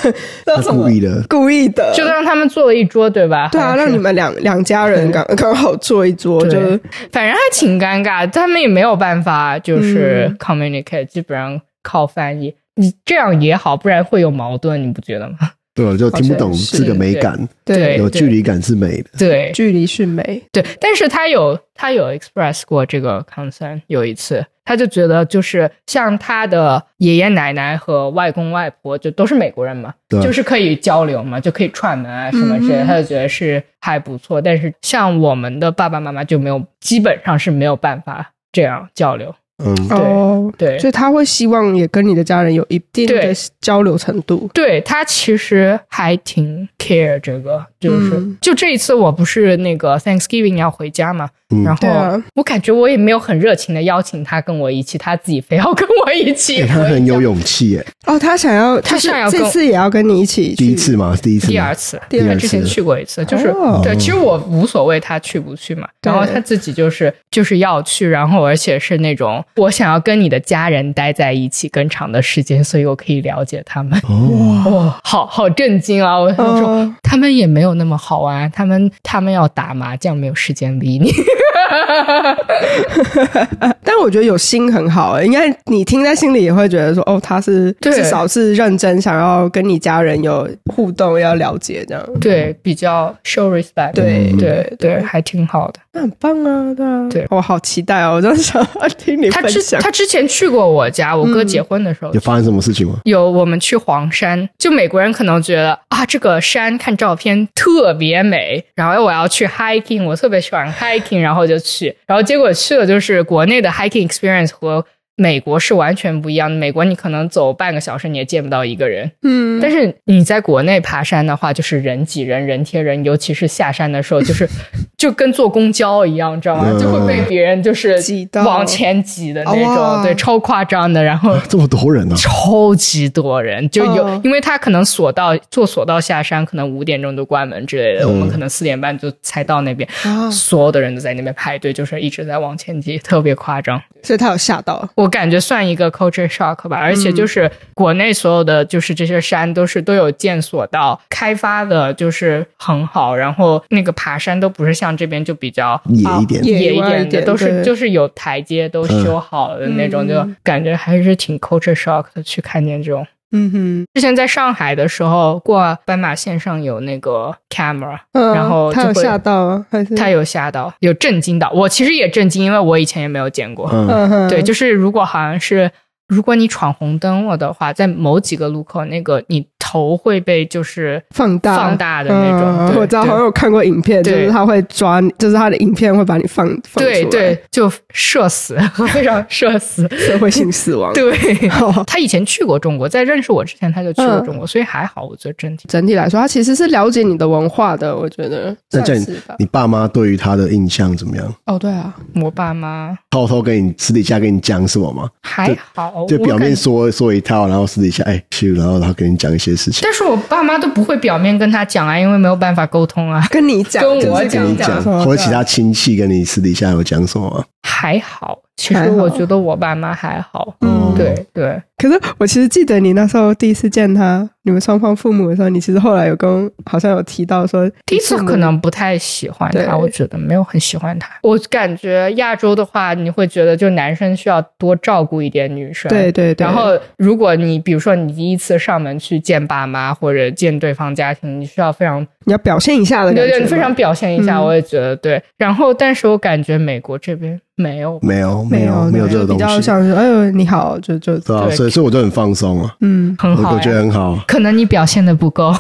B: 那
A: 他
B: 什么
A: 故意的，
B: 故意的，
C: 就让他们坐了一桌，对吧？
B: 呃对啊，
C: 好像
B: 让
C: 是
B: 你们两两家人刚刚好坐一桌，
C: 对
B: 就是
C: 反正还挺尴尬，他们也没有办法，就是
B: 嗯
C: communicate，、基本上靠翻译。你这样也好，不然会有矛盾，你不觉得 吗？
A: 对吧，就听不懂
B: 好像
A: 这
B: 是
A: 个美感，
C: 对
A: 有距离感是美的。
C: 对，
B: 距离是美，
C: 对，但是他有他有 express 过这个 concern，有一次他就觉得就是像他的爷爷奶奶和外公外婆就都是美国人嘛，
A: 对
C: 就是可以交流嘛，就可以串门啊什么之类的，
B: 嗯哼
C: 他就觉得是还不错。但是像我们的爸爸妈妈就没有，基本上是没有办法这样交流。
A: 嗯，
B: 哦，
C: 对
B: 所以他会希望也跟你的家人有一定的
C: 对
B: 交流程度，
C: 对他其实还挺 care 这个，就是、
B: 嗯
C: 就这一次我不是那个 Thanksgiving 要回家嘛，
A: 嗯
C: 然
B: 对啊
C: 后我感觉我也没有很热情的邀请他跟我一起，他自己非要跟我一起
A: 欸、。他很有勇气耶，
B: 哦，他想要，
C: 他
B: 就是
C: 想要
B: 这
C: 跟
B: 次也要跟你一起去，
A: 第一次嘛，第一次嘛，
C: 第二次，
B: 第二次
C: 他之前去过一次，就是、
B: 哦
C: 对，其实我无所谓他去不去嘛。
B: 对
C: 然后他自己就是就是要去，然后而且是那种我想要跟你的家人待在一起更长的时间，所以我可以了解他们。
A: 哦，
C: 哇、好好震惊啊！我我说、
B: 嗯
C: 他们也没有那么好玩，他们他们要打麻将，没有时间理你。
B: 但我觉得有心很好、欸，应该你听在心里也会觉得说，哦，他是
C: 对
B: 至少是认真想要跟你家人有互动，要了解这样，
C: 对，比较 show
B: 嗯
C: respect。嗯
B: 对
C: 对
B: 对
C: 对，还挺好的。
B: 那很棒啊，对啊，
C: 对
B: 我好期待哦，我真的想要听你
C: 他
B: 分
C: 之
B: 享。
C: 他之前去过我家，我哥
B: 嗯
C: 结婚的时候、
A: 有发生什么事情吗？
C: 有我们去黄山，就美国人可能觉得啊，这个山看照片特别美，然后我要去 hiking，我特别喜欢 hiking，然后就去，然后结果去了就是国内的 hiking experience 和美国是完全不一样的。美国你可能走半个小时你也见不到一个人，
B: 嗯，
C: 但是你在国内爬山的话，就是人挤人、人贴人，尤其是下山的时候，就是 就跟坐公交一样，你知道吗？
A: 嗯
C: 就会被别人就是
B: 挤到啊
C: 往前挤的那
B: 哇
C: 种，对，超夸张的。然后
A: 这么多人啊，
C: 超级多人，就有，
B: 嗯
C: 因为他可能索道坐索道下山，可能五点钟就关门之类的，我们可能四点半就才到那边，
B: 啊
C: 所有的人都在那边排队，就是一直在往前挤，特别夸张。
B: 所以他有吓到，
C: 我感觉算一个 culture shock 吧，而且
B: 嗯
C: 就是国内所有的就是这些山都是都有建索道，开发的就是很好，然后那个爬山都不是像这边就比较
A: 野一点
B: 啊。野
C: 野一
B: 外一
C: 点的，
B: 点
C: 都是
B: 对
C: 就是有台阶都修好的那种，
B: 嗯
C: 就感觉还是挺 culture shock 的去看见这种。
B: 嗯
C: 之前在上海的时候，过斑马线上有那个 camera，、
B: 哼，嗯
C: 然后
B: 他有
C: 就会
B: 吓到吗？还是
C: 他有吓到，有震惊到。我其实也震惊，因为我以前也没有见过。
A: 嗯，
B: 嗯哼，
C: 对，就是如果好像是如果你闯红灯了的话，在某几个路口，那个你头会被就是
B: 放大
C: 放大的那种。
B: 嗯
C: 对
B: 我知道，好像有看过影片，就
C: 对
B: 是他会抓你，就是他的影片会把你放放
C: 对对
B: 出来
C: 对，就社死， 非常社死。
B: 社会性死亡。
C: 对， 他以前去过中国，在认识我之前他就去过
B: 嗯
C: 中国，所以还好，我觉得整体
B: 整体来说，他其实是了解你的文化的，我觉得
A: 那这
B: 算
A: 样
B: 是吧。
A: 你爸妈对于他的印象怎么样？
B: 哦，对啊，
C: 我爸妈
A: 偷偷跟你私底下跟你讲什么吗？
C: 还好，
A: 就
C: 我
A: 表面
C: 感
A: 说说一套，然后私底下哎咻，然后然后跟你讲一些事情。
C: 但是我爸妈都不会表面跟他讲啊，因为没有办法沟通啊。
B: 跟你讲，
C: 跟我
B: 就是
C: 讲
A: 跟你
B: 讲
A: 讲
B: 什么，
A: 或者其他亲戚跟你私底下有讲什么啊吗？
C: 还好，其
B: 还
C: 实
B: 好
C: 我觉得我爸妈还好。
A: 哦
B: 嗯，
C: 对对，
B: 可是我其实记得你那时候第一次见他，你们双方父母的时候，你其实后来有跟好像有提到说，
C: 第一次可能不太喜欢
B: 对
C: 他，我觉得没有很喜欢他。我感觉亚洲的话，你会觉得就男生需要多照顾一点女生。
B: 对对对，
C: 然后，如果你比如说你第一次上门去见爸妈或者见对方家庭，你需要非常
B: 你要表现一下的感
C: 对
B: 觉，
C: 对，你非常表现一下。
B: 嗯
C: 我也觉得对。然后，但是我感觉美国这边没有
A: 没有，
B: 没
A: 有，没有这个
B: 比
A: 东
B: 较
A: 西，
B: 像是哎呦你好，就就
A: 对啊，
C: 对
A: 所以所以我就很放松啊，
B: 嗯，
C: 很
A: 我
C: 好
A: 我觉得
C: 呀。
A: 很好。
C: 可能你表现的不够，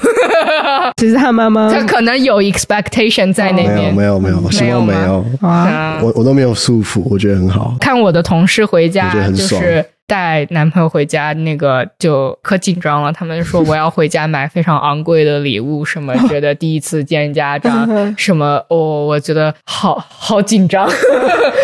B: 其实他妈妈
C: 他 可能有 expectation 在那
A: 嗯啊没有
C: 边。
A: 没有没有，希望没有，
B: 啊，
C: 啊
A: 我我都没有束缚，我觉得很好。
C: 看我的同事回
A: 我
C: 家
A: 觉得，很
C: 就
A: 爽
C: 是带男朋友回家，那个就可紧张了。他们说我要回家买非常昂贵的礼物，什么觉得第一次见家
B: 嗯
C: 长，什么哦，我觉得好好紧张，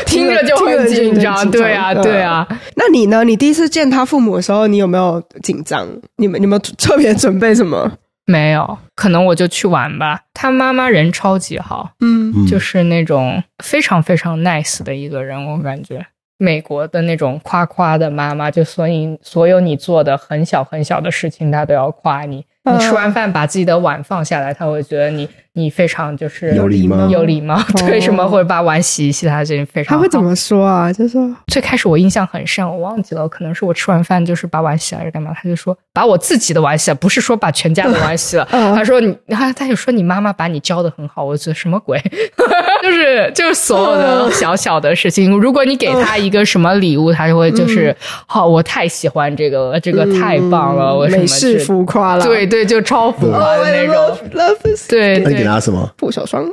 B: 听
C: 听
B: 着
C: 着就
B: 听着
C: 很
B: 就
C: 紧
B: 很
C: 张。
B: 紧
C: 对
B: 张
C: 啊，
B: 对
C: 对
B: 啊
C: 啊，
B: 那你呢？你第一次见他父母的时候，你有没有紧张？你们你们特别准备什么？
C: 没有，可能我就去玩吧。他妈妈人超级好，
B: 嗯
A: 嗯
C: 就是那种非常非常 nice 的一个人，我感觉。美国的那种夸夸的妈妈，就所以所有你做的很小很小的事情，她都要夸你。
B: 嗯
C: 你吃完饭把自己的碗放下来，她会觉得你你非常就是
A: 有礼貌
C: 有礼貌。对，什么会把碗洗一洗，她这非常
B: 他
C: 好。
B: 哦会怎么说啊？就说
C: 最开始我印象很深，我忘记了，可能是我吃完饭就是把碗洗了还是干嘛，他就说把我自己的碗洗了，不是说把全家的碗洗了。
B: 嗯
C: 他说你，他他就说你妈妈把你教的很好，我觉得什么鬼， 就是就是所有的小小的事情，如果你给他一个什么礼物，他就会
B: 嗯
C: 就是好、我太喜欢这个了，这个太棒了，我
B: 嗯
C: 什
B: 美
C: 么
B: 式
C: 之
B: 浮夸啦。
C: 对对，就超浮夸
B: ，Oh
C: 的
B: I
C: 那种。
B: love love is
C: 对
A: 那你给
C: 对，
A: 他什么？
B: 不朽霜。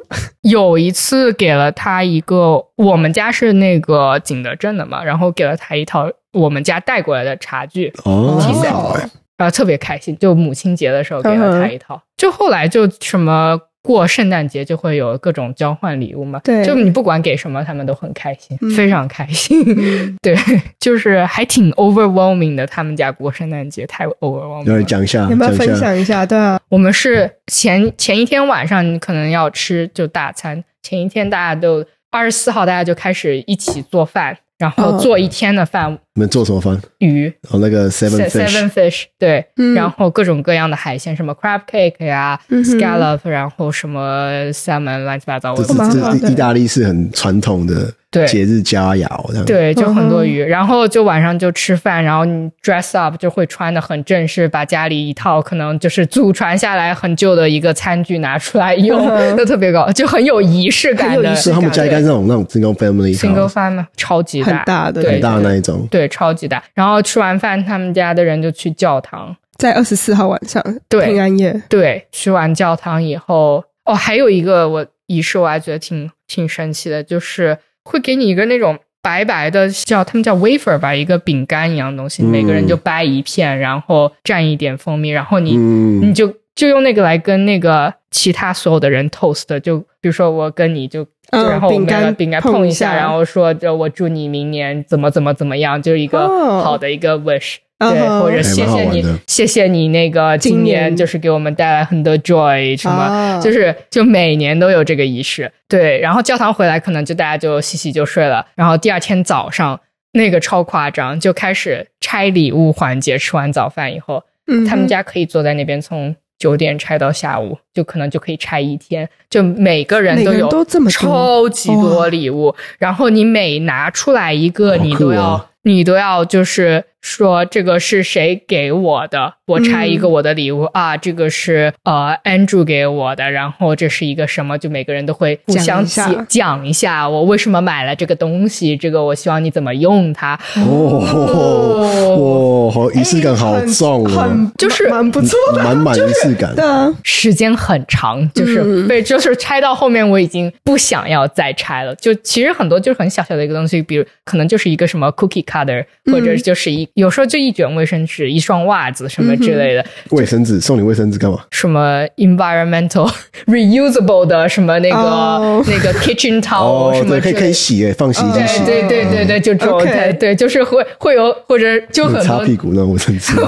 C: 有一次给了他一个，我们家是那个景德镇的嘛，然后给了他一套我们家带过来的茶具，
A: 哦，
C: 提
A: 很
C: 醒
A: 好哎，
C: 然后特别开心。就母亲节的时候给
B: 嗯
C: 了他一套，就后来就什么过圣诞节就会有各种交换礼物嘛，
B: 对
C: 就你不管给什么，他们都很开心，
B: 嗯
C: 非常开心。 对，就是还挺 overwhelming 的，他们家过圣诞节太 overwhelming
A: 有
C: 了
A: 人。讲一下，
B: 有没有
A: 讲
B: 分
A: 一下？
B: 享一下？对啊，
C: 我们是前前一天晚上，你可能要吃就大餐，前一天大家都二十四号大家就开始一起做饭，然后
B: 嗯
C: 做一天的饭，
A: 你们做什么饭？
C: 鱼
A: 然后那个 Seven
C: se-
A: Fish，
C: seven fish 对，
B: 嗯
C: 然后各种各样的海鲜，什么 crab cake 呀、
B: 嗯哼
C: scallop，然后什么 salmon 乱七八糟，我
A: 这
C: 也不
A: 是
C: 知道
B: 蛮好
A: 这
B: 的
A: 是意大利是很传统的
C: 对
A: 节日佳肴，这样
C: 对，
B: 嗯
C: 就很多鱼，然后就晚上就吃饭，然后你 dress up 就会穿的很正式，把家里一套可能就是祖传下来很旧的一个餐具拿出来用
B: 嗯哼，
C: 都特别高，就很有仪式
B: 很
C: 感
B: 有
C: 的
B: 仪式
A: 是他们家应该是那种那种 single family
C: ，single
A: house，
C: family 超级
B: 很
C: 大，
B: 大的，
A: 很
C: 对
A: 大的那一种，
C: 对，超级大。然后吃完饭，他们家的人就去教堂，
B: 在二十四号晚上，
C: 对
B: 平安夜，
C: 对，去完教堂以后，哦，啊还有一个我仪式我还觉得挺挺神奇的，就是会给你一个那种白白的叫他们叫 wafer 吧，一个饼干一样的东西，
A: 嗯
C: 每个人就掰一片，然后蘸一点蜂蜜，然后你、
A: 嗯
C: 你就就用那个来跟那个其他所有的人 toast，就比如说我跟你就，
B: 嗯
C: 就然后我们
B: 饼干
C: 两个饼干
B: 碰
C: 碰
B: 一
C: 一
B: 下
C: 下，然后说就我祝你明年怎么怎么怎么样，就是一个
B: 哦
C: 好的一个 wish。
B: 嗯
C: 对，
B: 哼
C: 或者谢
A: 哎蛮好
C: 谢
A: 玩的
C: 你，谢谢你那个
B: 今
C: 今
B: 年
C: 年就是给我们带来很多 joy 什
B: 啊
C: 么，就是就每年都有这个仪式。对，然后教堂回来可能就大家就洗洗就睡了，然后第二天早上那个超夸张，就开始拆礼物环节。吃完早饭以后，
B: 嗯
C: 他们家可以坐在那边从九点拆到下午，就可能就可以拆一天，就每个人
B: 每个
C: 都
B: 人
C: 有
B: 都这么多
C: 超级多礼物，然后你每拿出来一个，
A: 好
C: 你
A: 酷啊
C: 都要、你都要就是说这个是谁给我的，我拆
B: 嗯
C: 一个我的礼物、啊，这个是呃 Andrew 给我的，然后这是一个什么，就每个人都会互
B: 讲
C: 相
B: 一下
C: 解讲一下我为什么买了这个东西，这个我希望你怎么用它，
A: 哦，哇，好仪式感好重哦
B: 哎很，就是蛮不错的，
A: 满满仪式感。
B: 的。
C: 时间很长，就是、
B: 嗯
C: 对，就是拆到后面我已经不想要再拆了。就其实很多就是很小小的一个东西，比如可能就是一个什么 cookie cutter，或
B: 嗯
C: 者就是一、有时候就一卷卫生纸、一双袜子什
B: 嗯
C: 么之类的，
A: 卫生纸送你卫生纸干嘛？
C: 什么 environmental reusable 的什么那个、
B: 哦
C: 那个 kitchen towel、
A: 哦
C: 什，么
A: 对，可
C: 之
A: 以可
C: 类
A: 以
C: 的。
A: 洗诶，放洗衣机洗，
C: 对对对对对，就这种
B: OK
C: 对对，就是会会有或者就很
A: 擦
C: 多
A: 屁股那种卫生 纸。啊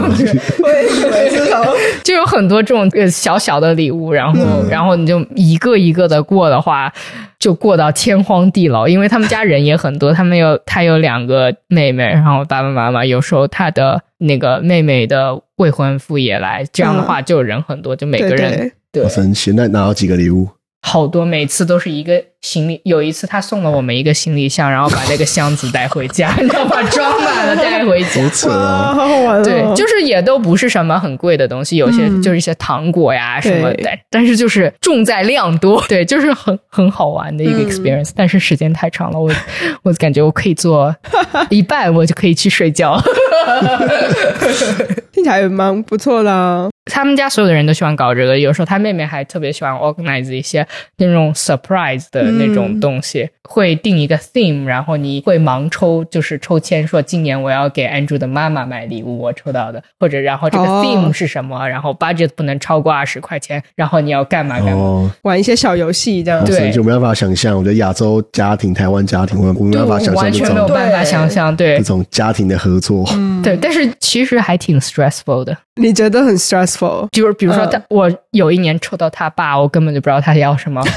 B: 我也以为是什么
C: 就有很多这种呃小小的礼物，然后、然后你就一个一个的过的话，就过到天荒地老，因为他们家人也很多，他们有他有两个妹妹，然后爸爸妈妈有时候他的那个妹妹的未婚夫也来，这样的话就人很多，就每个
B: 对
C: 人
B: 对，
C: 对
A: 好神奇！那拿到几个礼物？
C: 好多，每次都是一个行李。有一次他送了我们一个行李箱，然后把那个箱子带回家，你知道吧？装满了带回家。
A: 好扯
B: 哇，
A: 哦！
B: 好好玩哦！
C: 对，就是也都不是什么很贵的东西，有些
B: 嗯
C: 就是一些糖果呀什么
B: 对
C: 的，但但是就是重在量多， 对，就是很很好玩的一个
B: 嗯
C: experience，、但是时间太长了，我我感觉我可以做一半，我就可以去睡觉。
B: 听起来也蛮不错的啊。
C: 他们家所有的人都喜欢搞这个，有时候他妹妹还特别喜欢 organize 一些那种 surprise 的那种东西，
A: 嗯
C: 会定一个 theme，然后你会盲抽，就是抽签说今年我要给 Andrew 的妈妈买礼物，我抽到的，或者然后这个
B: 哦
C: theme 是什么，然后 budget 不能超过二十块钱，然后你要干嘛干嘛。
A: 哦，
B: 玩一些小游戏这样
A: 好
C: 对
A: 神奇，我没办法想象。我觉得亚洲家庭、台湾家庭，我们没办法想象
C: 完
A: 这
C: 全没有嗯
A: 种
C: 办法想象，对
A: 这种家庭的合作。
C: 对，但是其实还挺 stressful 的。
B: 你觉得很 stressful？
C: 就是比如说
A: 嗯
C: 他，我有一年抽到他爸，我根本就不知道他要什么。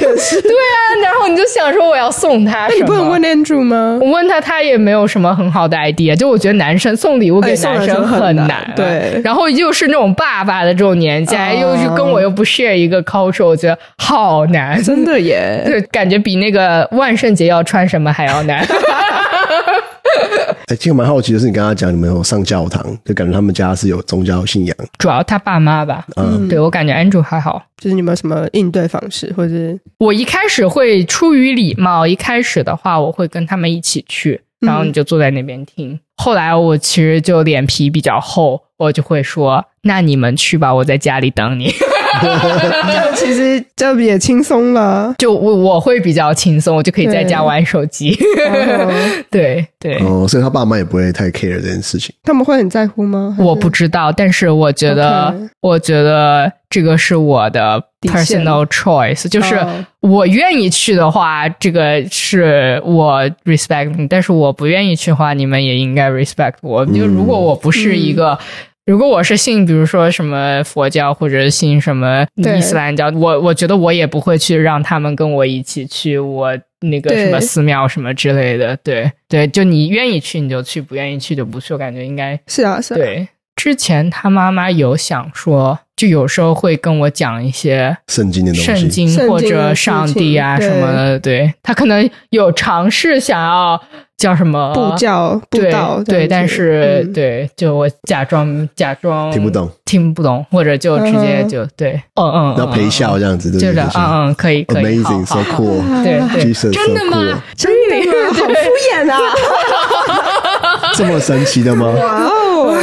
B: 也是，
C: 对啊，然后你就想说我要送他
B: 那
C: 什
B: 哎你
C: 么？
B: 不能问 Andrew 吗？
C: 我问他，他也没有什么很好的 idea。就我觉得男生送礼物给
B: 哎送男
C: 男
B: 生
C: 生
B: 很
C: 难
B: 难
C: 啊，
B: 对
C: 然后又是那种爸爸的这种年纪，
B: 啊
C: 哎又去跟我又不 share 一个 culture，我觉得好 难。
B: 真的耶，
C: 对，感觉比那个万圣节要穿什么还要难。
A: 哎，其实我蛮好奇的是，你刚刚讲你们有上教堂，就感觉他们家是有宗教信仰。
C: 主要他爸妈吧，
A: 嗯，
C: 对我感觉 Andrew 还好。
B: 就是你们有什么应对方式，或者 是
C: 我一开始会出于礼貌，一开始的话我会跟他们一起去，
B: 嗯
C: 然后你就坐在那边听。后来我其实就脸皮比较厚，我就会说：“那你们去吧，我在家里等你。。
B: 这其实这也轻松了
C: 就我我会比较轻松，我就可以在家玩手机。
B: 哦
C: 对对，
A: 哦，所以他爸妈也不会太 care 这件事情。
B: 他们会很在乎吗？还是
C: 我不知道，但是我觉得
B: 嗯 OK
C: 我觉得这个是我的
B: 底线
C: personal choice，就是
B: 哦
C: 我愿意去的话，这个是我 respect 你；但是我不愿意去的话，你们也应该 respect 我。就如果我不是一
B: 嗯
C: 个。如果我是信，比如说什么佛教或者信什么
B: 对
C: 伊斯兰教，我我觉得我也不会去让他们跟我一起去我那个
B: 对
C: 什么寺庙什么之类的。对对，就你愿意去你就去，不愿意去就不去。我感觉应该
B: 是啊，是啊，
C: 对，之前他妈妈有想说，就有时候会跟我讲一些
A: 圣经的东西，
C: 圣经
B: 圣经
C: 或者上帝啊
B: 的事
C: 什
B: 情
C: 么的。对他可能有尝试想要叫什么
B: 布教布
C: 对
B: 道这样
C: 哦对，
B: 子
C: 但是、
B: 嗯
C: 对，就我假装假装
A: 听不懂，
C: 听不懂，或者就直接
B: 嗯哼
C: 就、对，嗯嗯，
A: 然后陪笑这样子，对
C: 就
A: 对
C: 是
A: 对
C: 嗯嗯，可以可以好
A: ，amazing，so
C: 好好
A: cool，Jesus so
C: 对对，真的吗
A: cool，
B: 嗯啊真的吗？好敷衍啊！
A: 这么神奇的 吗？
B: 哇哦，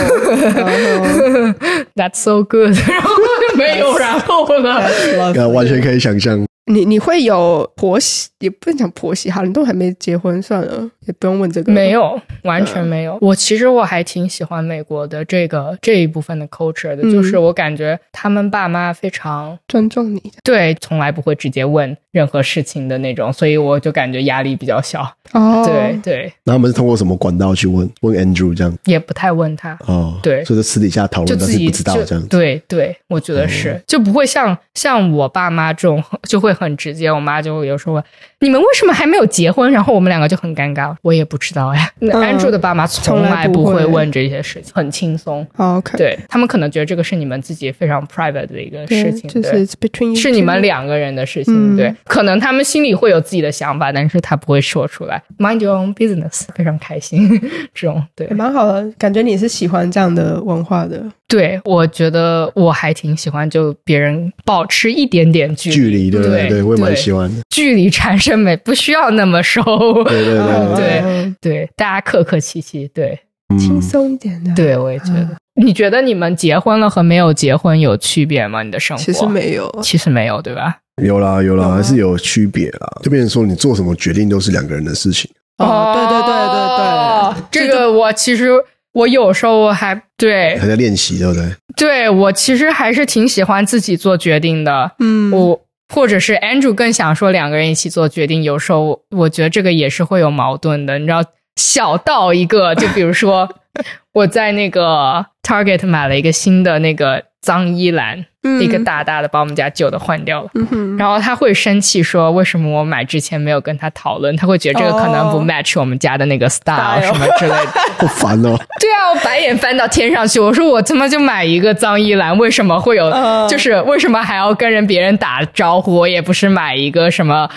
B: 然
C: ？That's so good，然后就没有然后了。
B: 后
A: 呃，完全可以想象。
B: 哦你你会有婆媳，也不能讲婆媳哈，你都还没结婚，算了，也不用问这个。
C: 没，有，完
B: 嗯
C: 全没有。我其实我还挺喜欢美国的这个这一部分的 culture 的，
B: 嗯
C: 就是我感觉他们爸妈非常
B: 尊重你
C: 对，从来不会直接问任何事情的那种，所以我就感觉压力比较小。
B: 哦
C: 对对，
A: 那他们是通过什么管道去问问 Andrew 这样？
C: 也不太问他。
A: 哦，
C: 对
A: 所以就私底下讨
C: 就
A: 论，但
C: 自
A: 是
C: 己
A: 不知道
C: 就
A: 这样子。嗯
C: 对对，我觉得是，就不会像像我爸妈这种就会很直接。我妈就有时候问你们为什么还没有结婚，然后我们两个就很尴尬。我也不知道呀。那
B: 嗯
C: Andrew 的爸妈从
B: 从来
C: 来
B: 不
C: 不
B: 会
C: 会问这些事情，很轻松。
B: 哦，OK，
C: 对他们可能觉得这个是你们自己非常 private 的一个事情，
B: 就
C: 对。
B: 是 it's between you
C: 是你们
B: two
C: 两个人的事情，
B: 嗯
C: 对，可能他们心里会有自己的想法，但是他不会说出来。Mind your own business，非常开心， 这种对
B: 也蛮好的，感觉你是喜欢这样的文化的。
C: 对，我觉得我还挺喜欢，就别人保持一点点距
A: 距离对不
C: 对
A: 对，我也蛮喜
C: 欢
A: 欢的。
C: 距离产生美，不需要那么熟，
A: 对对对
C: 对
B: 嗯，
C: 对，大家客客气气，对
B: 轻
A: 嗯，
B: 松一点的。，
C: 对，我也觉得。你觉得你们结婚了和没有结婚有区别吗？你的生活
B: 其实，没有，
C: 其实没有，对吧？
A: 有啦有
B: 有
C: 啊
A: 啦，
B: 吗
A: 还是有区别啦。就变成说，你做什么决定都是两个人的事情。
B: 哦，对对对对对，
C: 对对，这个我其实我有时候我还对
A: 还在练习，对不对？
C: 对我其实还是挺喜欢自己做决定的。
B: 嗯，
C: 我或者是 Andrew 更想说两个人一起做决定，有时候我我觉得这个也是会有矛盾的。你知道，小到一个，就比如说 我在那个 Target 买了一个新的那个脏衣篮，
B: 嗯
C: 一个，大大的把我们家旧的换掉了。
B: 嗯哼，
C: 然后他会生气说：“为什么我买之前没有跟他讨论？”他会觉得这个可能不
B: 哦
C: match 我们家的那个 style
B: style
C: 什么之类的。
A: 好烦哦，
C: 对啊，我白眼翻到天上去，我说我他妈就买一个脏衣篮，为什么会有？
B: 嗯
C: 就是为什么还要跟人别人打招呼？我也不是买一个什么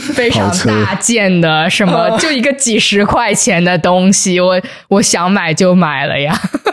C: 非常
A: 跑车
C: 大件的什么，
B: 嗯
C: 就一个几十块钱的东西，我我想买就买了呀。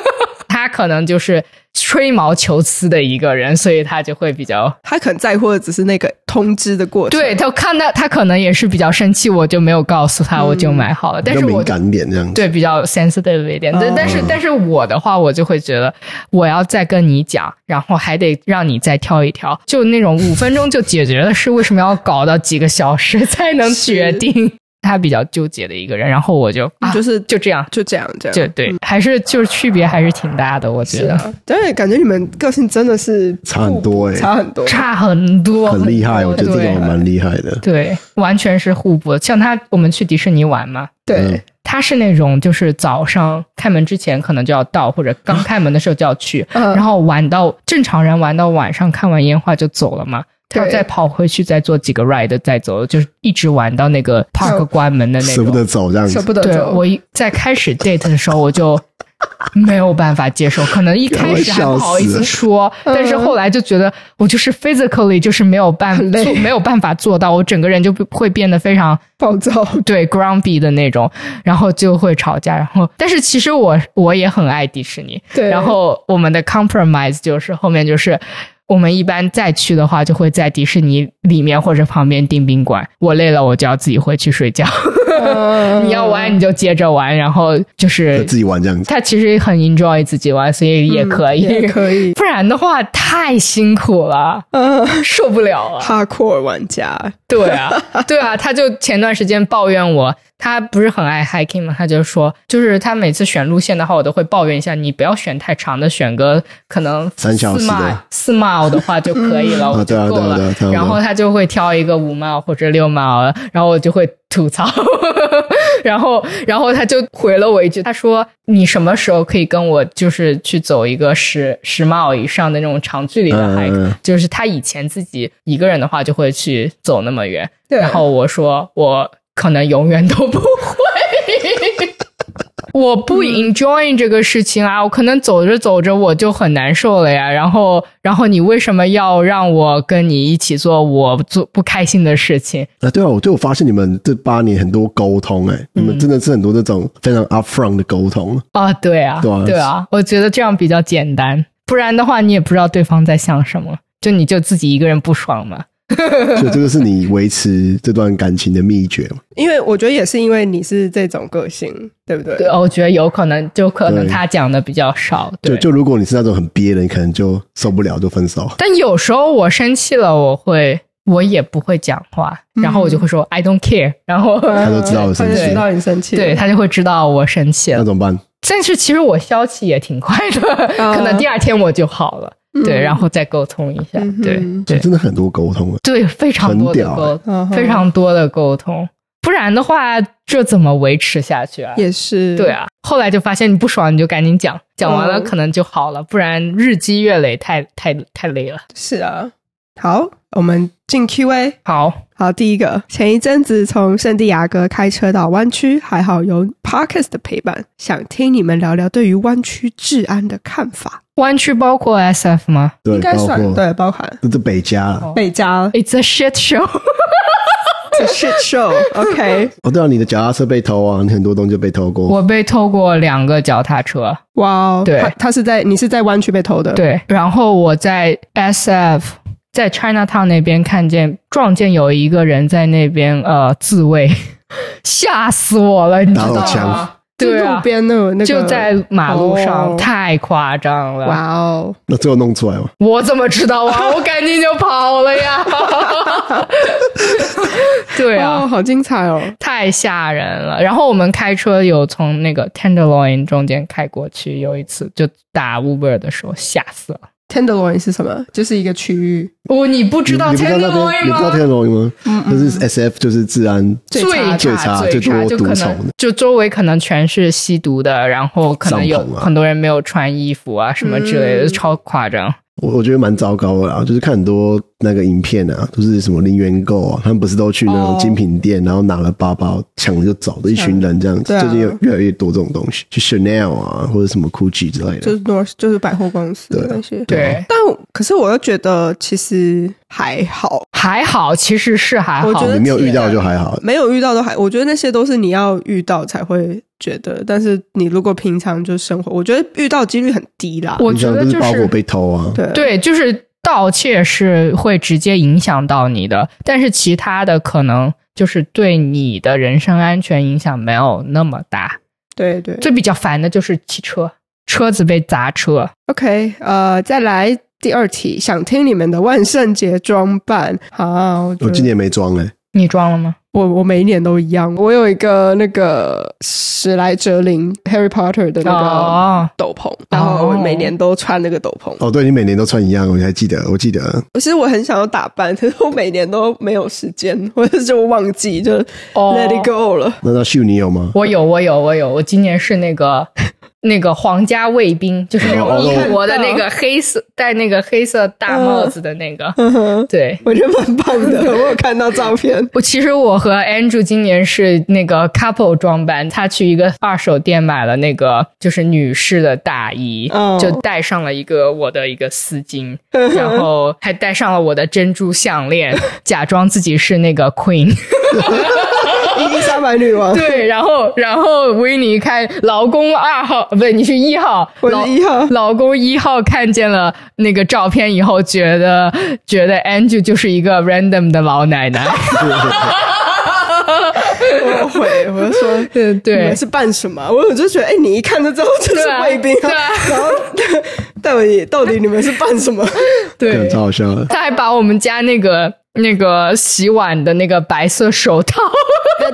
C: 他可能就是吹毛求疵的一个人，所以他就会比较
B: 他可能在乎的只是那个通知的过程。
C: 对他看到他可能也是比较生气，我就没有告诉他，我就买好了。
A: 嗯比
C: 但
A: 较
C: 是我
A: 敏感一点这样子。
C: 对比较 sensitive 一点，对，
B: 哦
C: 但是但是我的话，我就会觉得我要再跟你讲，然后还得让你再挑一挑，就那种五分钟就解决的事，为什么要搞到几个小时才能决定？他比较纠结的一个人，然后我就、啊、
B: 就是
C: 就这样，
B: 就这样这样。
C: 就
A: 嗯
C: 对，还是就是区别还是挺大的，我觉
B: 是
C: 得、
B: 啊，但是感觉你们个性真的是
A: 差很多哎
B: 差很多。欸
C: 差很多，
A: 很厉害，
C: 多
A: 我觉得这
C: 对
A: 种蛮厉害的。
C: 对，完全是互补。像他，我们去迪士尼玩嘛，
B: 对，
C: 他是那种就是早上开门之前可能就要到，或者刚开门的时候就要去，
B: 嗯
C: 然后玩到正常人玩到晚上看完烟花就走了嘛。他要
B: 对
C: 再跑回去再做几个 ride 再走，就是一直玩到那个 park
B: 就
C: 关门的那
A: 舍不
C: 种。
A: 得走这样子
B: 舍，不得
C: 对
B: 走。
C: 我一在开始 date 的时候我就没有办法接受，可能一开始还不好意思说，
B: 嗯
C: 但是后来就觉得我就是 physically 就是没有办
B: 很累
C: 做没有办法做到，我整个人就会变得非常
B: 暴躁，
C: 对 grumpy 的那种，然后就会吵架。然后，但是其实我我也很爱迪士尼。
B: 对
C: 然后我们的 compromise 就是后面就是。我们一般再去的话，就会在迪士尼里面或者旁边订宾馆。我累了，我就要自己回去睡觉。
B: 嗯
C: 你要玩你就接着玩，然后就是
A: 自己玩这样子。
C: 他其实很 enjoy 自己玩，所嗯以也可以。
B: 嗯也可以
C: 不然的话太辛苦了，
B: 嗯
C: 受不了了。
B: ，hardcore 玩家，
C: 对啊，对啊，他就前段时间抱怨我，他不是很爱 hiking 嘛，他就说，就是他每次选路线的话，我都会抱怨一下，你不要选太长的，选个可能
A: 三小时
C: 四
A: 的
C: mile 四 mile 的话就可以了，
A: 啊
C: 我就
A: 对啊
C: 够
A: 对啊
C: 了。
A: 对啊差不多
C: 然后他就会挑一个五 mile 或者六 mile，然后我就会吐槽， 然后然后他就回了我一句，他说你什么时候可以跟我就是去走一个十十 mile 以上的那种长距离的
A: 嗯
C: hike？、
A: 嗯嗯
C: 就是他以前自己一个人的话，就会去走那么远。
B: 对
C: 然后我说，我可能永远都不会， 我不
A: 嗯
C: enjoy 这个事情啊，我可能走着走着我就很难受了呀。然后，然后你为什么要让我跟你一起做我做不开心的事情？
A: 啊，对啊，我对我发现你们这八年很多沟通，哎，你
C: 嗯
A: 们真的是很多这种非常 upfront 的沟通，
C: 啊，对啊，
A: 对啊
C: 对啊，我觉得这样比较简单，不然的话你也不知道对方在想什么，就你就自己一个人不爽嘛。
A: 所以这个是你维持这段感情的秘诀嘛？
B: 因为我觉得也是因为你是这种个性，对不对？
C: 对，哦我觉得有可能，就可能
A: 对
C: 他讲的比较少，
A: 就
C: 对。
A: 就如果你是那种很憋的，你可能就受不了就分手。
C: 但有时候我生气了，我会我也不会讲话，
B: 嗯
C: 然后我就会说 I don't care，然后
A: 他都知道我
B: 他
A: 生
B: 就
A: 气
B: 知道你生气了，
C: 对他就会知道我生气
A: 那
C: 了。
A: 怎么办？
C: 但是其实我消气也挺快的，
B: 哦
C: 可能第二天我就好了。对，然后再沟通一下。
B: 嗯嗯哼
C: 对对
A: 真的很多沟通了，啊
C: 对，非常
A: 很
C: 多的
A: 屌
C: 沟，
B: 嗯哼
C: 非常多的沟通，不然的话，这怎么维持下去啊？
B: 也是
C: 对，啊，后来就发现你不爽，你就赶紧讲，讲完了
B: 嗯
C: 可能就好了，不然日积月累太，太太累了。
B: 是啊。好，我们进 Q&A。
C: 好，
B: 好，第一个，前一阵子从圣地亚哥开车到湾区，还好有 Parkes 的陪伴，想听你们聊聊对于湾区治安的看法，
C: 湾区包括 SF 吗
A: 对，
B: 应该
A: 包
B: 算
A: 括
B: 对，包含
A: 这是北加啊
C: 哦
A: 啦。
B: 北 加
C: ？It's a shit show。
B: It's a shit show，OK，、
A: 哦，对啊，你的脚踏车被偷啊，你很多东西就被偷过。
C: 我被偷过两个脚踏车，
B: 哇哦，
C: 对
B: 他他是在你是在湾区被偷的，，
C: 对，然后我在 SF。在 Chinatown 那边看见撞见有一个人在那边呃自卫， 吓死我了，你知
A: 打手
C: 道
A: 枪
C: 吗？对
B: 就
C: 啊
B: 路，边那个那个，
C: 就在马路上，
B: 哦
C: 太夸张了。
B: 哇哦，
A: 那最后弄出来嘛？
C: 我怎么知道 啊？我赶紧就跑了呀！ 对啊，
B: 哦，好精彩哦，
C: 太吓人了。然后我们开车有从那个 Tenderloin 中间开过去，有一次就打 Uber 的时候吓死了。
B: Tenderloin 是什么？就是一个区域
C: 哦，你不知道
A: 你你不知道那边，
C: Tenderloin
A: 你不知道天
C: 吗？嗯
A: 龙吗？就是
B: 嗯
A: S F 就是治安
B: 最
C: 差
B: 差
A: 最差
C: 最
A: 最多
C: 就可
A: 毒虫
C: 能
A: 的
C: 就周围可能全是吸毒的，然后可能有
A: 上头啊
C: 很多人没有穿衣服啊什么之类的，
B: 嗯
C: 超夸张。
A: 我我觉得蛮糟糕的啦，就是看很多那个影片啊，都是什么零元购啊，他们不是都去那种
B: 哦
A: 精品店，然后拿了包包抢了就走的一群人这样子。
B: 对啊
A: 最近有越来越多这种东西，就 Chanel 啊或者什么 Gucci 之类的。
B: 就是 North 就是百货公司
A: 对
B: 那些，
C: 对，啊
B: 但可是我又觉得其实还好，
C: 还好，其实是还好。
B: 我觉
A: 哦
B: 得
A: 你没有遇到就还好，
B: 没有遇到都还，我觉得那些都是你要遇到才会觉得，但是你如果平常就生活，我觉得遇到几率很低啦。
C: 我
A: 你
C: 觉
A: 想
C: 得
A: 就
C: 就是
A: 包裹被偷啊，
B: 对
C: 对，就是盗窃是会直接影响到你的，但是其他的可能就是对你的人身安全影响没有那么大。
B: 对对
C: 最比较烦的就是汽车，车子被砸车。
B: ，OK，呃，再来第二题，想听你们的万圣节装扮。好，我觉
A: 我
B: 得
A: 今年没装哎，
C: 你装了吗？
B: 我我每一年都一样，我有一个那个史莱哲林 Harry Potter 的那个
C: 哦，
B: 斗篷，然后我每年都穿那个斗篷。
A: 哦，对你每年都穿一样，我还记得，我记得
B: 其实我很想要打扮，可是我每年都没有时间，或者就忘记，就
C: 哦
B: let it go 了。
A: 那那秀你有 吗？
C: 我有，我有，我有。我今年是那个那个皇家卫兵，就是
B: 哎
C: 那
A: 哦
C: 种英国的那个黑色戴那个黑色大帽子的那
B: 嗯
C: 个。对，
B: 我觉得蛮棒 的，我有看到照片。
C: 我其实我和 Andrew 今年是那个 couple 装扮，他去一个二手店买了那个就是女士的大衣
B: 哦
C: 就戴上了一个我的一个丝巾，然后还戴上了我的珍珠 项链，假装自己是那个 queen。
B: 伊丽莎白女王，
C: 对，然后然后维尼看老公二号，不对，你是一号，
B: 我
C: 老
B: 是一号
C: 老公一号看见了那个照片以后，觉得觉得 Andrew 就是一个 random 的老奶 奶。
B: 我悔，我就说，
C: 对
B: 你
C: 对
B: 们，是扮什么？我就觉得，哎，你一看就知道这是
C: 对啊
B: 卫兵
C: 对啊
B: 啊。然后 到底到底你们是扮什 么？
C: 对
A: 干，超好笑的。
C: 他还把我们家那个那个洗碗的那个白色手套，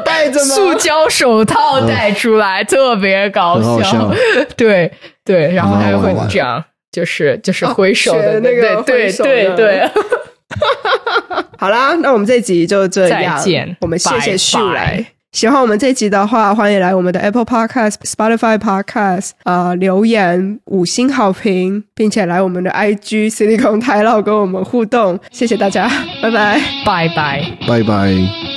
B: 戴着吗？
C: 塑胶手套带出来，特别搞
A: 嗯很好
C: 笑
A: 笑。
C: 对对，然后他就会
A: 很好玩
C: 这样，就是就是挥手的
B: 哦学那个
C: 对
B: 挥手
C: 对
B: 的
C: 对对，
B: 好啦，那我们这集就这样，
C: 再见
B: 我们谢
C: 拜拜
B: 谢秀来。喜欢我们这集的话，欢迎来我们的 Apple Podcast、Spotify Podcast 啊、呃留言五星好评，并且来我们的 IG Silicon 台老跟我们互动，谢谢大家，拜拜。
C: 拜拜。
A: 拜拜。